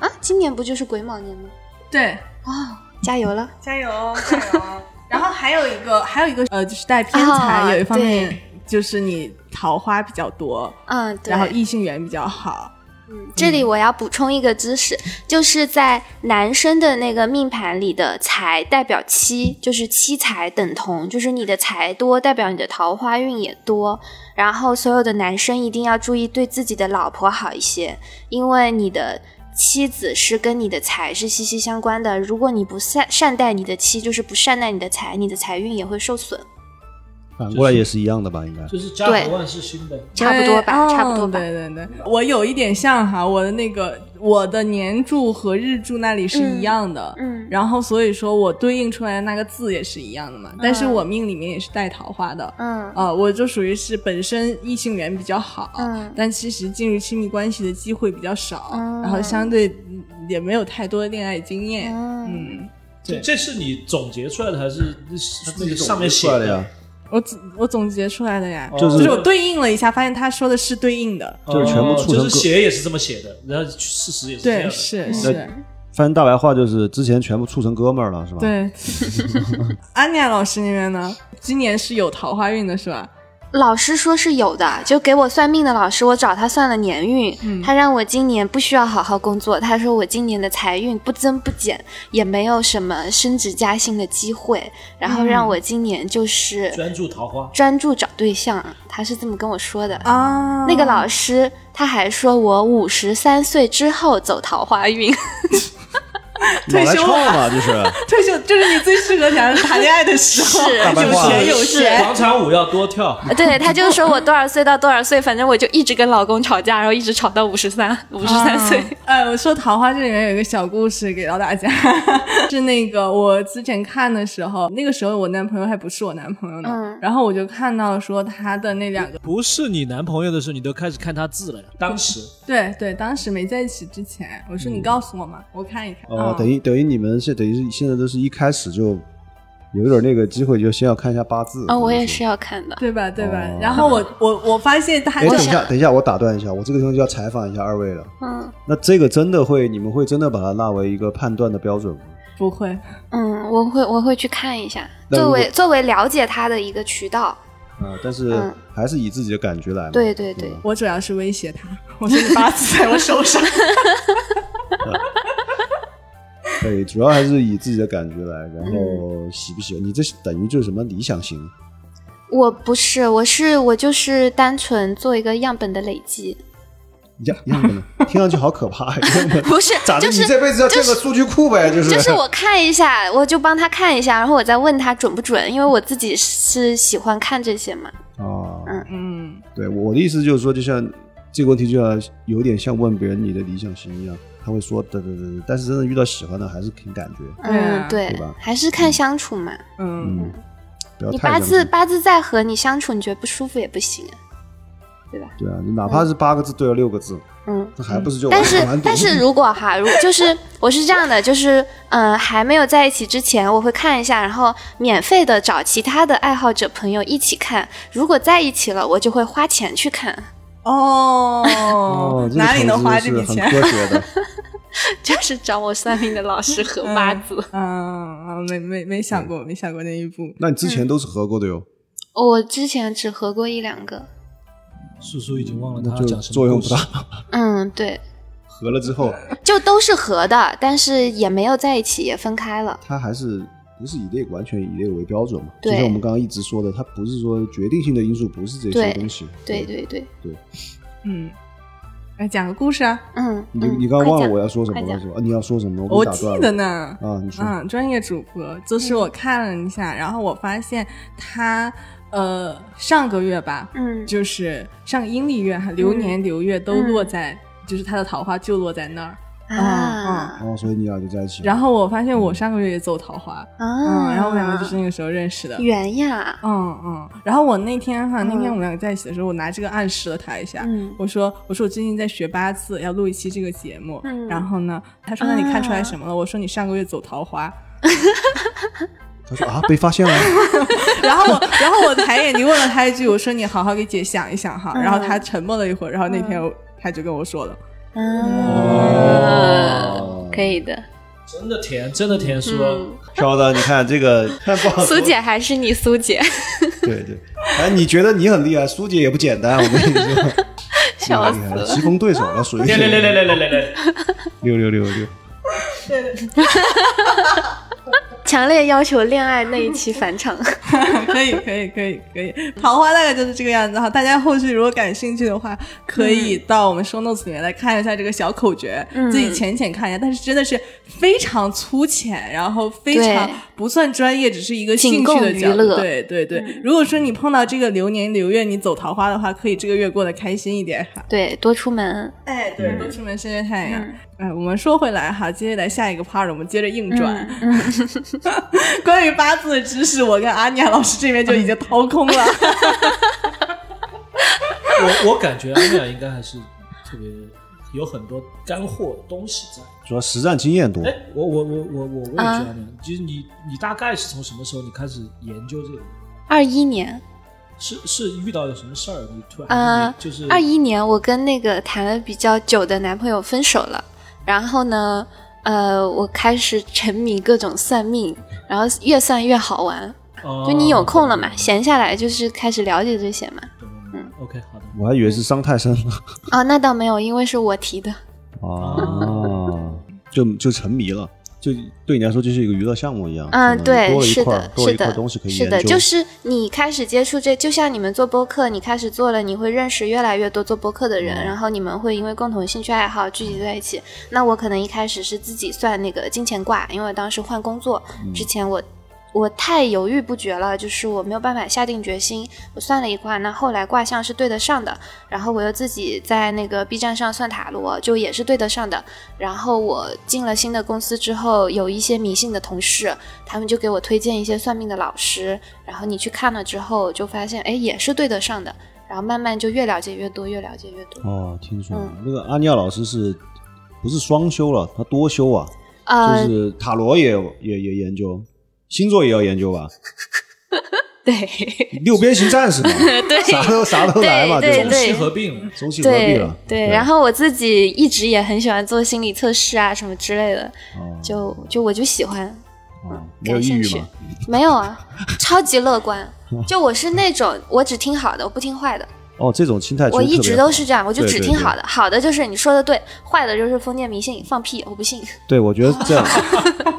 S4: 啊，今年不就是癸卯年吗？
S2: 对，
S4: 啊，加油了！
S2: 加油哦，加油 (laughs) 哦！然后还有一个，还有一个呃，就是带偏财、
S4: 啊
S2: 有一方面
S4: 对
S2: 就是你桃花比较多，
S4: 嗯，对。
S2: 然后异性缘比较好。
S4: 这
S2: 嗯
S4: 里我要补充一个知识，就是在男生的那个命盘里的财代表七，就是七财等同，就是你的财多代表你的桃花运也多。然后所有的男生一定要注意对自己的老婆好一些，因为你的妻子是跟你的财是息息相关的。如果你不善善待你的妻，就是不善待你的财，你的财运也会受损。
S5: 反过来也是一样的吧？应该
S3: 就是家和万事兴呗。
S4: 差不多吧，
S2: 对
S4: 差不多吧
S2: 哦。对对对，我有一点像哈，我的那个我的年柱和日柱那里是一样的，
S4: 嗯，
S2: 然后所以说我对应出来的那个字也是一样的嘛。但是我命里面也是带桃花的，
S4: 嗯
S2: 啊，我就属于是本身异性缘比较好，
S4: 嗯
S2: 但其实进入亲密关系的机会比较少，
S4: 嗯
S2: 然后相对嗯也没有太多恋爱经验。
S4: 嗯，
S2: 嗯，
S3: 这这是你总结出来的还是那个
S5: 这种
S3: 上面写
S5: 就出来了呀？，
S2: 我总我总结出来的呀，
S3: 哦
S5: 就是
S2: 就是我对应了一下，发现他说的是对应的，
S5: 就是全部
S3: 哦
S5: 促成
S3: 就是
S5: 个
S3: 写也是这么写的，然后事实也是这样
S2: 对，
S3: 的。
S2: 是
S4: 嗯
S2: 是，
S5: 翻成大白话就是之前全部处成哥们儿了，是吧？，
S2: 对。安妮亚老师那边呢？今年是有桃花运的是吧？
S4: 老师说是有的，就给我算命的老师，我找他算了年运，
S3: 嗯
S4: 他让我今年不需要好好工作，他说我今年的财运不增不减，也没有什么升职加薪的机会，然后让我今年就是
S3: 嗯专注桃花，
S4: 专注找对象，他是这么跟我说的。
S2: 啊
S4: 那
S2: (laughs)
S4: 个老师他还说我五十三岁之后走桃花
S3: (laughs)
S4: 运，
S5: 老来
S2: 退休
S5: 臭
S2: 了
S5: 嘛，就是
S2: 退休，这是你最适合谈谈恋爱的时候，
S4: 是大
S5: 白
S2: 有
S5: 话
S2: 钱有
S4: 是
S2: 闲。
S3: 广场舞要多跳。
S4: 对，他就说我多少岁到多少岁，反正我就一直跟老公吵架，然后一直吵到五十三，五十三岁。
S2: 啊哎，我说桃花这里面有一个小故事给到大家， (laughs) 是那个我之前看的时候，那个时候我男朋友还不是我男朋友呢，
S4: 嗯
S2: 然后我就看到说他的那两个，
S3: 不是你男朋友的时候，你都开始看他字了呀？当时
S2: 对对，当时没在一起之前，我说你告诉我嘛，我看一看。
S5: 哦
S2: 啊，
S5: 等于等于你们现等于是现在都是一开始就有点那个机会，就先要看一下八字。
S4: 嗯、我也
S5: 是
S4: 是。要看的。
S2: 对吧？对吧？
S5: 哦
S2: 然后我我我发现他
S5: 哎，
S2: 就
S5: 等一
S2: 是
S5: 下，等一下，我打断一下，我这个地方就要采访一下二位了。
S4: 嗯。
S5: 那这个真的会，你们会真的把它纳为一个判断的标准吗？
S2: 不会，
S4: 嗯，我会我会去看一下，
S5: 那如
S4: 作
S5: 果
S4: 为作为了解他的一个渠道。
S5: 啊、但是
S4: 嗯
S5: 还是以自己的感觉来嘛。
S4: 对对对
S5: 吧
S2: 我主要是威胁他，我说你八字在
S4: (laughs)
S2: 我手上。
S5: 对，主要还是以自己的感觉来，然后喜不喜欢，你这等于就是什么理想型，
S4: 我不是，我是我就是单纯做一个样本的累积，
S5: 样样本，听上去好可怕呀！样本
S4: (laughs) 不是
S5: 咋，的？
S4: 就是
S5: 你这辈子要建个数据库呗，就是
S4: 就是我看一下，我就帮他看一下，然后我再问他准不准，因为我自己是喜欢看这些嘛。
S5: 啊，
S2: 嗯，
S5: 对，我的意思就是说，就像这个问题，就像有点像问别人你的理想型一样，他会说对对对对，但是真的遇到喜欢的还是凭感觉，
S2: 对啊
S4: 嗯，对
S5: 对吧，
S4: 还是看相处嘛。
S2: 嗯，
S5: 嗯，不要
S4: 你
S5: 太
S4: 八
S5: 相
S4: 字
S5: 信
S4: 八字再合，你相处你觉得不舒服也不行啊。
S5: 对啊，你哪怕是八个字对了六个字，
S4: 嗯，
S5: 那还不是就
S4: 但是
S5: 完犊子
S4: 但是如果哈，如就是我是这样的，就是嗯、呃还没有在一起之前，我会看一下，然后免费的找其他的爱好者朋友一起看。如果在一起了，我就会花钱去看， (laughs)
S2: 哦 (laughs)
S5: 哦，，这个
S2: 哪里能
S5: 投资
S2: 花这
S5: 是
S2: 笔
S5: 很
S2: 钱？
S5: 科学
S4: (laughs)
S5: 的，
S4: 就是找我算命的老师合 (laughs) 八字。
S2: 嗯，没没没想过，没想过那一步。
S5: 那你之
S4: 嗯
S5: 前都是合过的哟，
S4: 我之前只合过一两个，
S3: 叔叔已经忘了
S5: 那
S3: 他
S5: 就
S3: 讲什么
S5: 作用
S3: 故
S5: 不
S3: 事
S5: 大。
S4: 嗯，对，
S5: 合了之后，
S4: 就都是合的，但是也没有在一起，也分开了。
S5: 它还是不是以那个完全以那个为标准嘛？就
S4: 对
S5: 像我们刚刚一直说的，它不是说决定性的因素，不是这些
S4: 对
S5: 东西。
S4: 对，对对，
S2: 嗯，来讲个故事啊，
S4: 嗯，
S5: 你
S4: 嗯
S5: 你刚刚忘了我
S4: 快
S5: 要说什么了
S4: 快讲
S5: 是吧？啊你要说什么？
S2: 我
S5: 我给你打
S2: 记
S5: 断
S2: 得
S5: 了
S2: 呢。
S5: 啊，你说
S2: 嗯，专业主播，
S4: 嗯
S2: 就是我看了一下，然后我发现他，呃，上个月吧，
S4: 嗯
S2: 就是上个阴历月哈，流年流月都落
S4: 嗯
S2: 在，就是他的桃花就落在那儿。
S4: 啊
S5: 哦，所以你俩就在一起了。
S2: 然后我发
S5: 嗯
S2: 现我上个月也走桃花，
S4: 啊
S2: 嗯，然后我们两个就是那个时候认识的。
S4: 缘呀，
S2: 嗯嗯，然后我那天哈，
S4: 嗯
S2: 那天我们两个在一起的时候，我拿这个暗示了他一下。
S4: 嗯
S2: 我说，我说我最近在学八字，要录一期这个节目。
S4: 嗯啊
S2: 然后呢，他说那你看出来什么了？我说你上个月走桃花。 (laughs)
S5: 他说啊，被发 (laughs) 现了，
S2: 然后我，然后我抬眼睛问了他一句，我说你好好给姐想一想哈。
S4: 嗯
S2: 然后他沉默了一会儿，然后那天我他就跟我说了，
S4: 啊。
S5: 哦，
S4: 可以的。
S3: 真的甜，真的甜说
S4: 嗯，
S5: 飘的，你看这个，看 (laughs) 不好
S4: 苏
S5: 说。
S4: 姐还是你苏姐，
S5: 对对，哎，你觉得你很厉害，苏姐也不简单，我跟你说，
S4: (laughs) (laughs) 笑死
S5: 挺厉害的
S4: 了。
S5: 棋逢对手了，属于
S3: 来来来来来来来来，
S5: 六六六六，
S4: 强烈要求恋爱那一期返场。
S2: (laughs) 可以，可以，可以，可以。桃花大概就是这个样子哈。大家后续如果感兴趣的话，可以到我们 show notes 里面来看一下这个小口诀，
S4: 嗯
S2: 自己浅浅看一下。但是真的是非常粗浅，然后非常
S4: 对
S2: 不算专业，只是一个兴
S4: 仅
S2: 趣
S4: 供
S2: 的
S4: 娱
S2: 角度。
S4: 乐嗯
S2: 对对对。如果说你碰到这个流年流月，你走桃花的话，可以这个月过得开心一点哈。
S4: (laughs) 对，多出门。
S2: 哎，对，多出门晒晒太阳。哎，我们说回来哈，接下来下一个 part 我们接着硬转。 (laughs) 关于八字的知识，我跟阿尼亚老师这边就已经掏空 (laughs) 了。
S3: 我我感觉安雅应该还是特别有很多干货的东西在。
S5: 主要实战经验多，
S3: 哎，我我我我我问一句
S4: 啊
S3: 安雅，就是你你大概是从什么时候你开始研究这个？
S4: 二一年，
S3: 是是遇到了什么事儿？你突然、
S4: 呃
S3: 就是
S4: 二一年我跟那个谈了比较久的男朋友分手了，然后呢，呃，我开始沉迷各种算命，然后越算越好玩。
S3: 哦
S4: 就你有空了嘛，嗯闲下来就是开始了解这些嘛。
S3: 懂了懂了哦 OK，好的。
S5: 我还以为是伤太深了
S4: 哦，那倒没有，因为是我提的。
S5: 啊， (laughs) 就就沉迷了，就对你来说就是一个娱乐项目一样，
S4: 嗯，
S5: 可能
S4: 对，
S5: 多了一
S4: 是
S5: 块
S4: 的
S5: 儿，多了
S4: 是
S5: 一块
S4: 的
S5: 东西，可以
S4: 是
S5: 研
S4: 的，
S5: 究，
S4: 就是你开始接触这，就像你们做播客，你开始做了，你会认识越来越多做播客的人，
S5: 嗯
S4: 然后你们会因为共同兴趣爱好聚集在一起。那我可能一开始是自己算那个金钱卦，因为我当时换工作
S5: 嗯
S4: 之前我。我太犹豫不决了，就是我没有办法下定决心。我算了一卦，那后来卦象是对得上的，然后我又自己在那个 B 站上算塔罗，就也是对得上的。然后我进了新的公司之后，有一些迷信的同事，他们就给我推荐一些算命的老师，然后你去看了之后，就发现哎也是对得上的，然后慢慢就越了解越多，越了解越多。
S5: 哦，听说
S4: 嗯
S5: 那个阿尼亚老师是不是双修了？他多修啊，
S4: 呃，
S5: 就是塔罗也有也也研究，星座也要研究
S4: (laughs)
S5: 吧， (laughs)
S4: 对
S5: 六边形战士嘛，
S4: (laughs) 对
S5: 啥都啥都来嘛，
S4: 对嗯
S5: 这
S3: 中
S5: 种
S3: 西合并了，
S5: 中西合璧
S4: 对
S5: 了，
S4: 对，然后我自己一直也很喜欢做心理测试啊什么之类的，
S5: 哦
S4: 就就我就喜欢，
S5: 哦没有抑郁嘛，
S4: 没有啊，超级
S5: (laughs)
S4: 乐观，就我是那种我只听好的，我不听坏的。
S5: 哦，这种心态
S4: 我
S5: 确实
S4: 一
S5: 特别
S4: 直
S5: 好
S4: 都是这样，我就
S5: 对
S4: 只
S5: 对
S4: 听
S5: 对
S4: 好的，好的就是你说的对，坏的就是封建迷信，放屁，我不信。
S5: 对，我觉得这样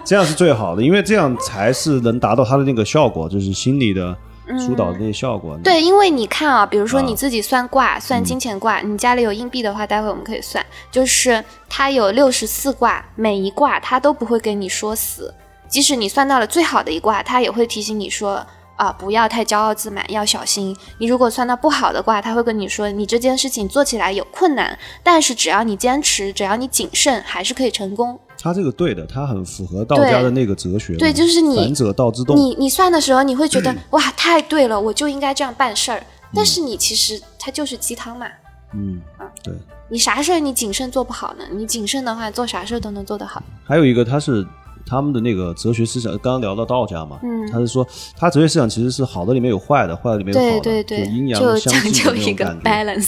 S5: 这样是最好的，因为这样才是能达到他的那个效果，就是心理的疏导的那些效果。
S4: 嗯对，因为你看啊，比如说
S5: 啊嗯
S4: 你自己算卦，算金钱卦，你家里有硬币的话，待会我们可以算，就是它有六十四卦，每一卦它都不会跟你说死，即使你算到了最好的一卦，它也会提醒你说。啊，不要太骄傲自满，要小心。你如果算到不好的卦，它会跟你说你这件事情做起来有困难，但是只要你坚持，只要你谨慎，还是可以成功。
S5: 他这个对的，他很符合道家的那个哲学嘛。
S4: 对就是你
S5: 反者道之动。
S4: 你你算的时候，你会
S5: (clears throat)
S4: 觉得、哇，太对了，我就应该这样办事儿。但是你其实它就是鸡汤嘛，
S5: 嗯，对。
S4: 你啥事儿你谨慎做不好呢？你谨慎的话，做啥事儿都能做得好。
S5: 还有一个，他是他们的那个哲学思想，刚刚聊到道家嘛，
S4: 嗯
S5: 他是说他哲学思想其实是好的里面有坏的，坏的里面有好
S4: 对
S5: 的，
S4: 对对
S5: 就阴，阳
S4: 就
S5: 相
S4: 讲
S5: 济的
S4: 究
S5: 那
S4: 一
S5: 种
S4: 个
S5: 感觉。
S4: balance。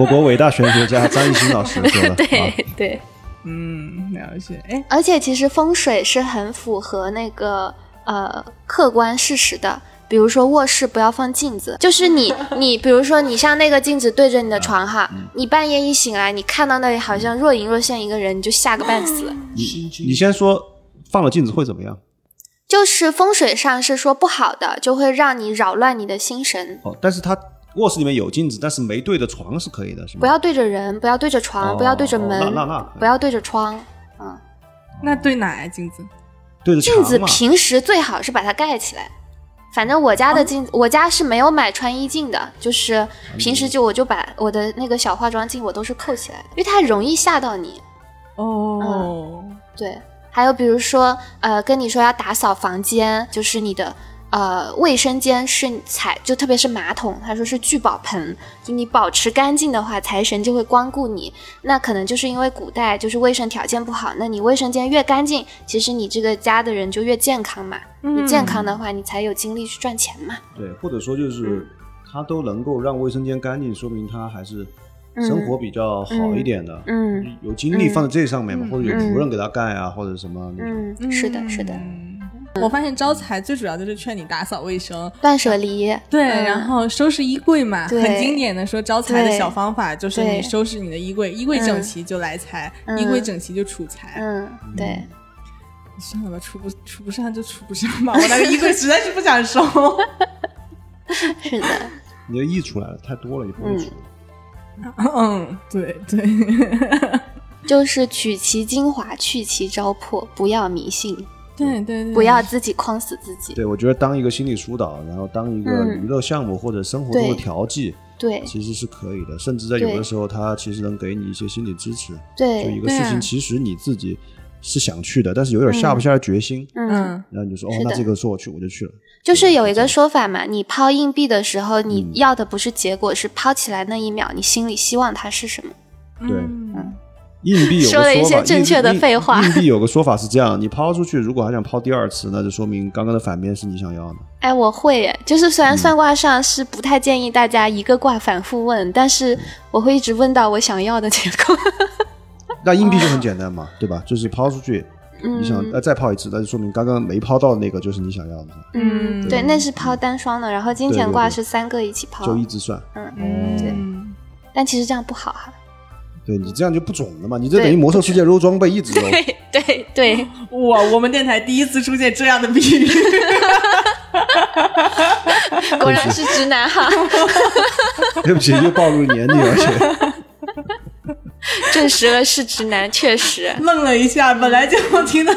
S5: 我国伟大玄学家张一新老师
S4: (laughs)
S5: 说的。啊
S4: 对对，
S2: 嗯，了解。哎，
S4: 而且其实风水是很符合那个呃客观事实的。比如说卧室不要放镜子，就是你你比如说你像那个镜子对着
S5: 嗯
S4: 你的床哈，你半夜一醒来，你看到那里好像若隐若现一个人，你就吓个半死。
S3: 心经
S5: 你先说放了镜子会怎么样？
S4: 就是风水上是说不好的，就会让你扰乱你的心神。
S5: 哦，但是他卧室里面有镜子，但是没对着床是可以的，是吗？
S4: 不要对着人，不要对着床，
S5: 哦
S4: 不要对着门，
S5: 那那那可以
S4: 不要对着窗。
S2: 那对哪呀、镜子？
S5: 对着墙
S4: 镜
S5: 嘛
S4: 子平时最好是把它盖起来。反正我家的镜，我家是没有买穿衣镜的，就是平时就我就把我的那个小化妆镜我都是扣起来的，因为它容易吓到你。
S2: 哦，
S4: 对，还有比如说，呃，跟你说要打扫房间，就是你的呃卫生间是财，就特别是马桶，他说是聚宝盆，就你保持干净的话，财神就会光顾你。那可能就是因为古代就是卫生条件不好，那你卫生间越干净，其实你这个家的人就越健康嘛。
S2: 嗯
S4: 你健
S5: 嗯
S4: 康的话，你才有精力去赚钱嘛。
S5: 对，或者说就是它都能够让卫生间干净，说明它还是
S4: 嗯
S5: 生活比较好一点的，
S4: 嗯
S5: 有精力放在这上面嘛，
S2: 嗯
S5: 或者有仆人给他干啊，或者什么那种。
S4: 嗯，是的，是的，
S2: 嗯。我发现招财最主要就是劝你打扫卫生，
S4: 断舍离。
S2: 对，
S4: 嗯
S2: 然后收拾衣柜嘛，
S4: 对
S2: 很经典的说招财的小方法就是
S4: 对
S2: 你收拾你的衣柜，衣柜整齐就来财，
S4: 嗯
S2: 衣柜整齐就储财。
S4: 嗯，对，
S2: 算了吧，处不处不上就处不上吧，我那个衣柜实在是不想收。 (laughs)
S5: 嗯 (laughs)
S4: 是的，
S5: 你的溢出来了，太多了，以后会出。
S2: 嗯，对对，
S4: 就是取其精华，去其糟粕，不要迷信，
S2: 对对
S5: 嗯
S2: 对，
S4: 不要自己框死自己。
S5: 对，我觉得当一个心理疏导，然后当一个
S4: 嗯
S5: 娱乐项目或者生活中的
S4: 对
S5: 调剂，
S4: 对
S5: 其实是可以的。甚至在有的时候，它其实能给你一些心理支持。就一
S4: 对，嗯
S5: 个事
S2: 对
S5: 情，
S2: 啊
S5: 其实你自己是想去的，但是有点下不下来决心。
S4: 嗯，
S2: 嗯，
S5: 然后你就说，哦
S4: 是，的
S5: 那这个说我去，我就去了。
S4: 就是有一个说法嘛，你抛硬币的时候，
S5: 嗯
S4: 你要的不是结果，是抛起来那一秒，你心里希望它是什么。
S5: 对
S2: 嗯
S5: 硬币有个
S4: 说了一
S5: 法
S4: 些正确的
S5: 硬
S4: 废话
S5: 硬硬币有个说法是这样：你抛出去，如果还想抛第二次，那就说明刚刚的反面是你想要的。
S4: 哎，我会耶，就是虽
S5: 嗯
S4: 然算卦上是不太建议大家一个卦反复问，但是我会一直问到我想要的结果。 (laughs)
S5: 那硬币就很简单嘛，对吧？就是抛出去，你想
S4: 嗯
S5: 呃再抛一次，那就说明刚刚没抛到的那个就是你想要的，
S4: 嗯，对，那是抛单双的，然后金钱卦
S5: 对对对
S4: 是三个一起抛，
S5: 就一直算。
S4: 嗯，对，但其实这样不好哈。
S5: 对你这样就不准了嘛，你这
S4: 对
S5: 等于魔兽世界揉装备一直揉。
S4: 对对 (laughs) 对，
S2: 哇，我们电台第一次出现这样的比喻，
S4: 果然是直男哈， (laughs)
S5: 对不起，又暴露年龄，而
S4: (laughs)
S5: 且
S4: 证实了是直男，确实。
S5: 嗯
S2: 愣了一下，本来就听得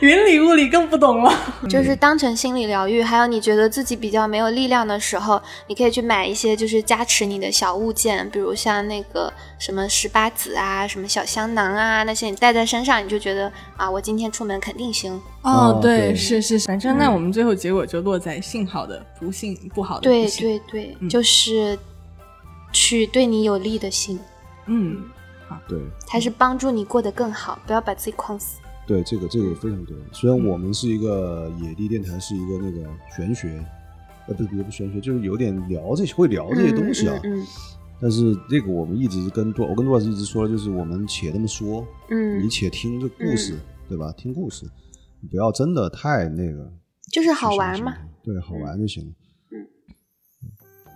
S2: 云里雾里，更不懂了。
S4: (laughs) 就是当成心理疗愈，还有你觉得自己比较没有力量的时候，你可以去买一些就是加持你的小物件，比如像那个什么十八子啊、什么小香囊啊那些，你带在身上，你就觉得啊，我今天出门肯定行。
S5: 哦对嗯
S2: 是是，是反正那我们最后结果就落在幸好的不幸，不好的
S4: 对
S2: 不幸。
S4: 对对，
S5: 嗯
S4: 就是去对你有利的心，
S2: 嗯，
S5: 对
S4: 它是帮助你过得更好，不要把自己框死。
S5: 对，这个这个非常对。虽然我们是一个野地电台，是一个那个玄学，呃，不是也不是玄学，就是有点聊这些会聊这些东西啊。
S4: 嗯
S5: 但是这个我们一直跟杜，我跟杜老师一直说的就是，我们且那么说，
S4: 嗯
S5: 你
S4: 嗯，
S5: 且听这故事，对吧？听故事，你不要真的太那个。
S4: 就是好
S5: 是
S4: 玩
S5: 什么
S4: 嘛，
S5: 对，好玩就行了。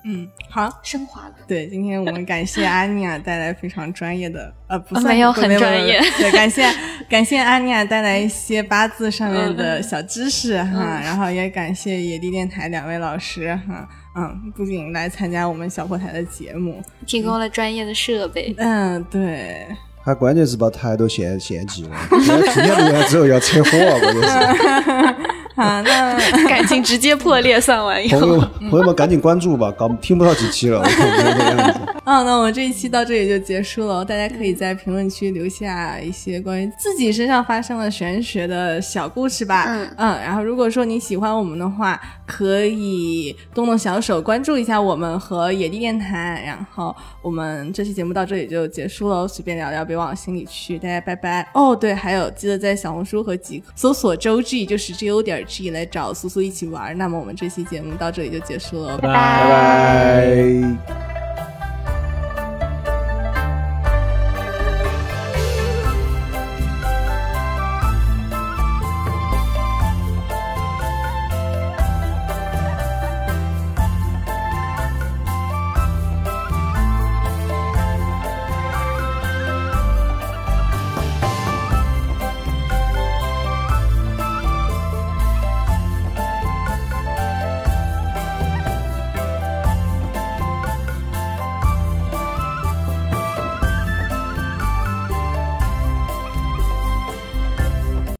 S2: 嗯，好，
S4: 升华了。
S2: 对，今天我们感谢阿妮亚带来非常专业的，呃，不
S4: 呃
S2: 算
S4: 没有
S2: 不
S4: 很专业
S2: 不不不对，感谢
S4: (laughs)
S2: 感谢阿妮亚带来一些八字上面
S4: 嗯
S2: 的小知识哈，然后也感谢野地电台两位老师哈，嗯，不仅来参加我们小破台的节目，
S4: 提供了专业的设备，
S2: 嗯，对，
S5: 他关键是把台都嫌嫌弃了，原来出现录完之后要车祸，关键是。
S2: 好，那
S4: 感情直接破裂。算完 (laughs) 以
S5: 朋
S4: 后
S5: 友，朋友们赶紧关注吧，搞听不到几期了，我看这个样子。
S2: 嗯，那我们这一期到这里就结束了哦，大家可以在评论区留下一些关于自己身上发生的玄学的小故事吧。啊
S4: 嗯
S2: 然后如果说你喜欢我们的话，可以动动小手关注一下我们和野地电台。然后我们这期节目到这里就结束了哦，随便聊聊，别往心里去。大家拜拜。哦，对，还有记得在小红书和极客搜索周 G，就是 G O 点 G 来找苏苏一起玩儿。那么我们这期节目到这里就结束了哦，拜拜
S4: 拜拜
S5: 拜。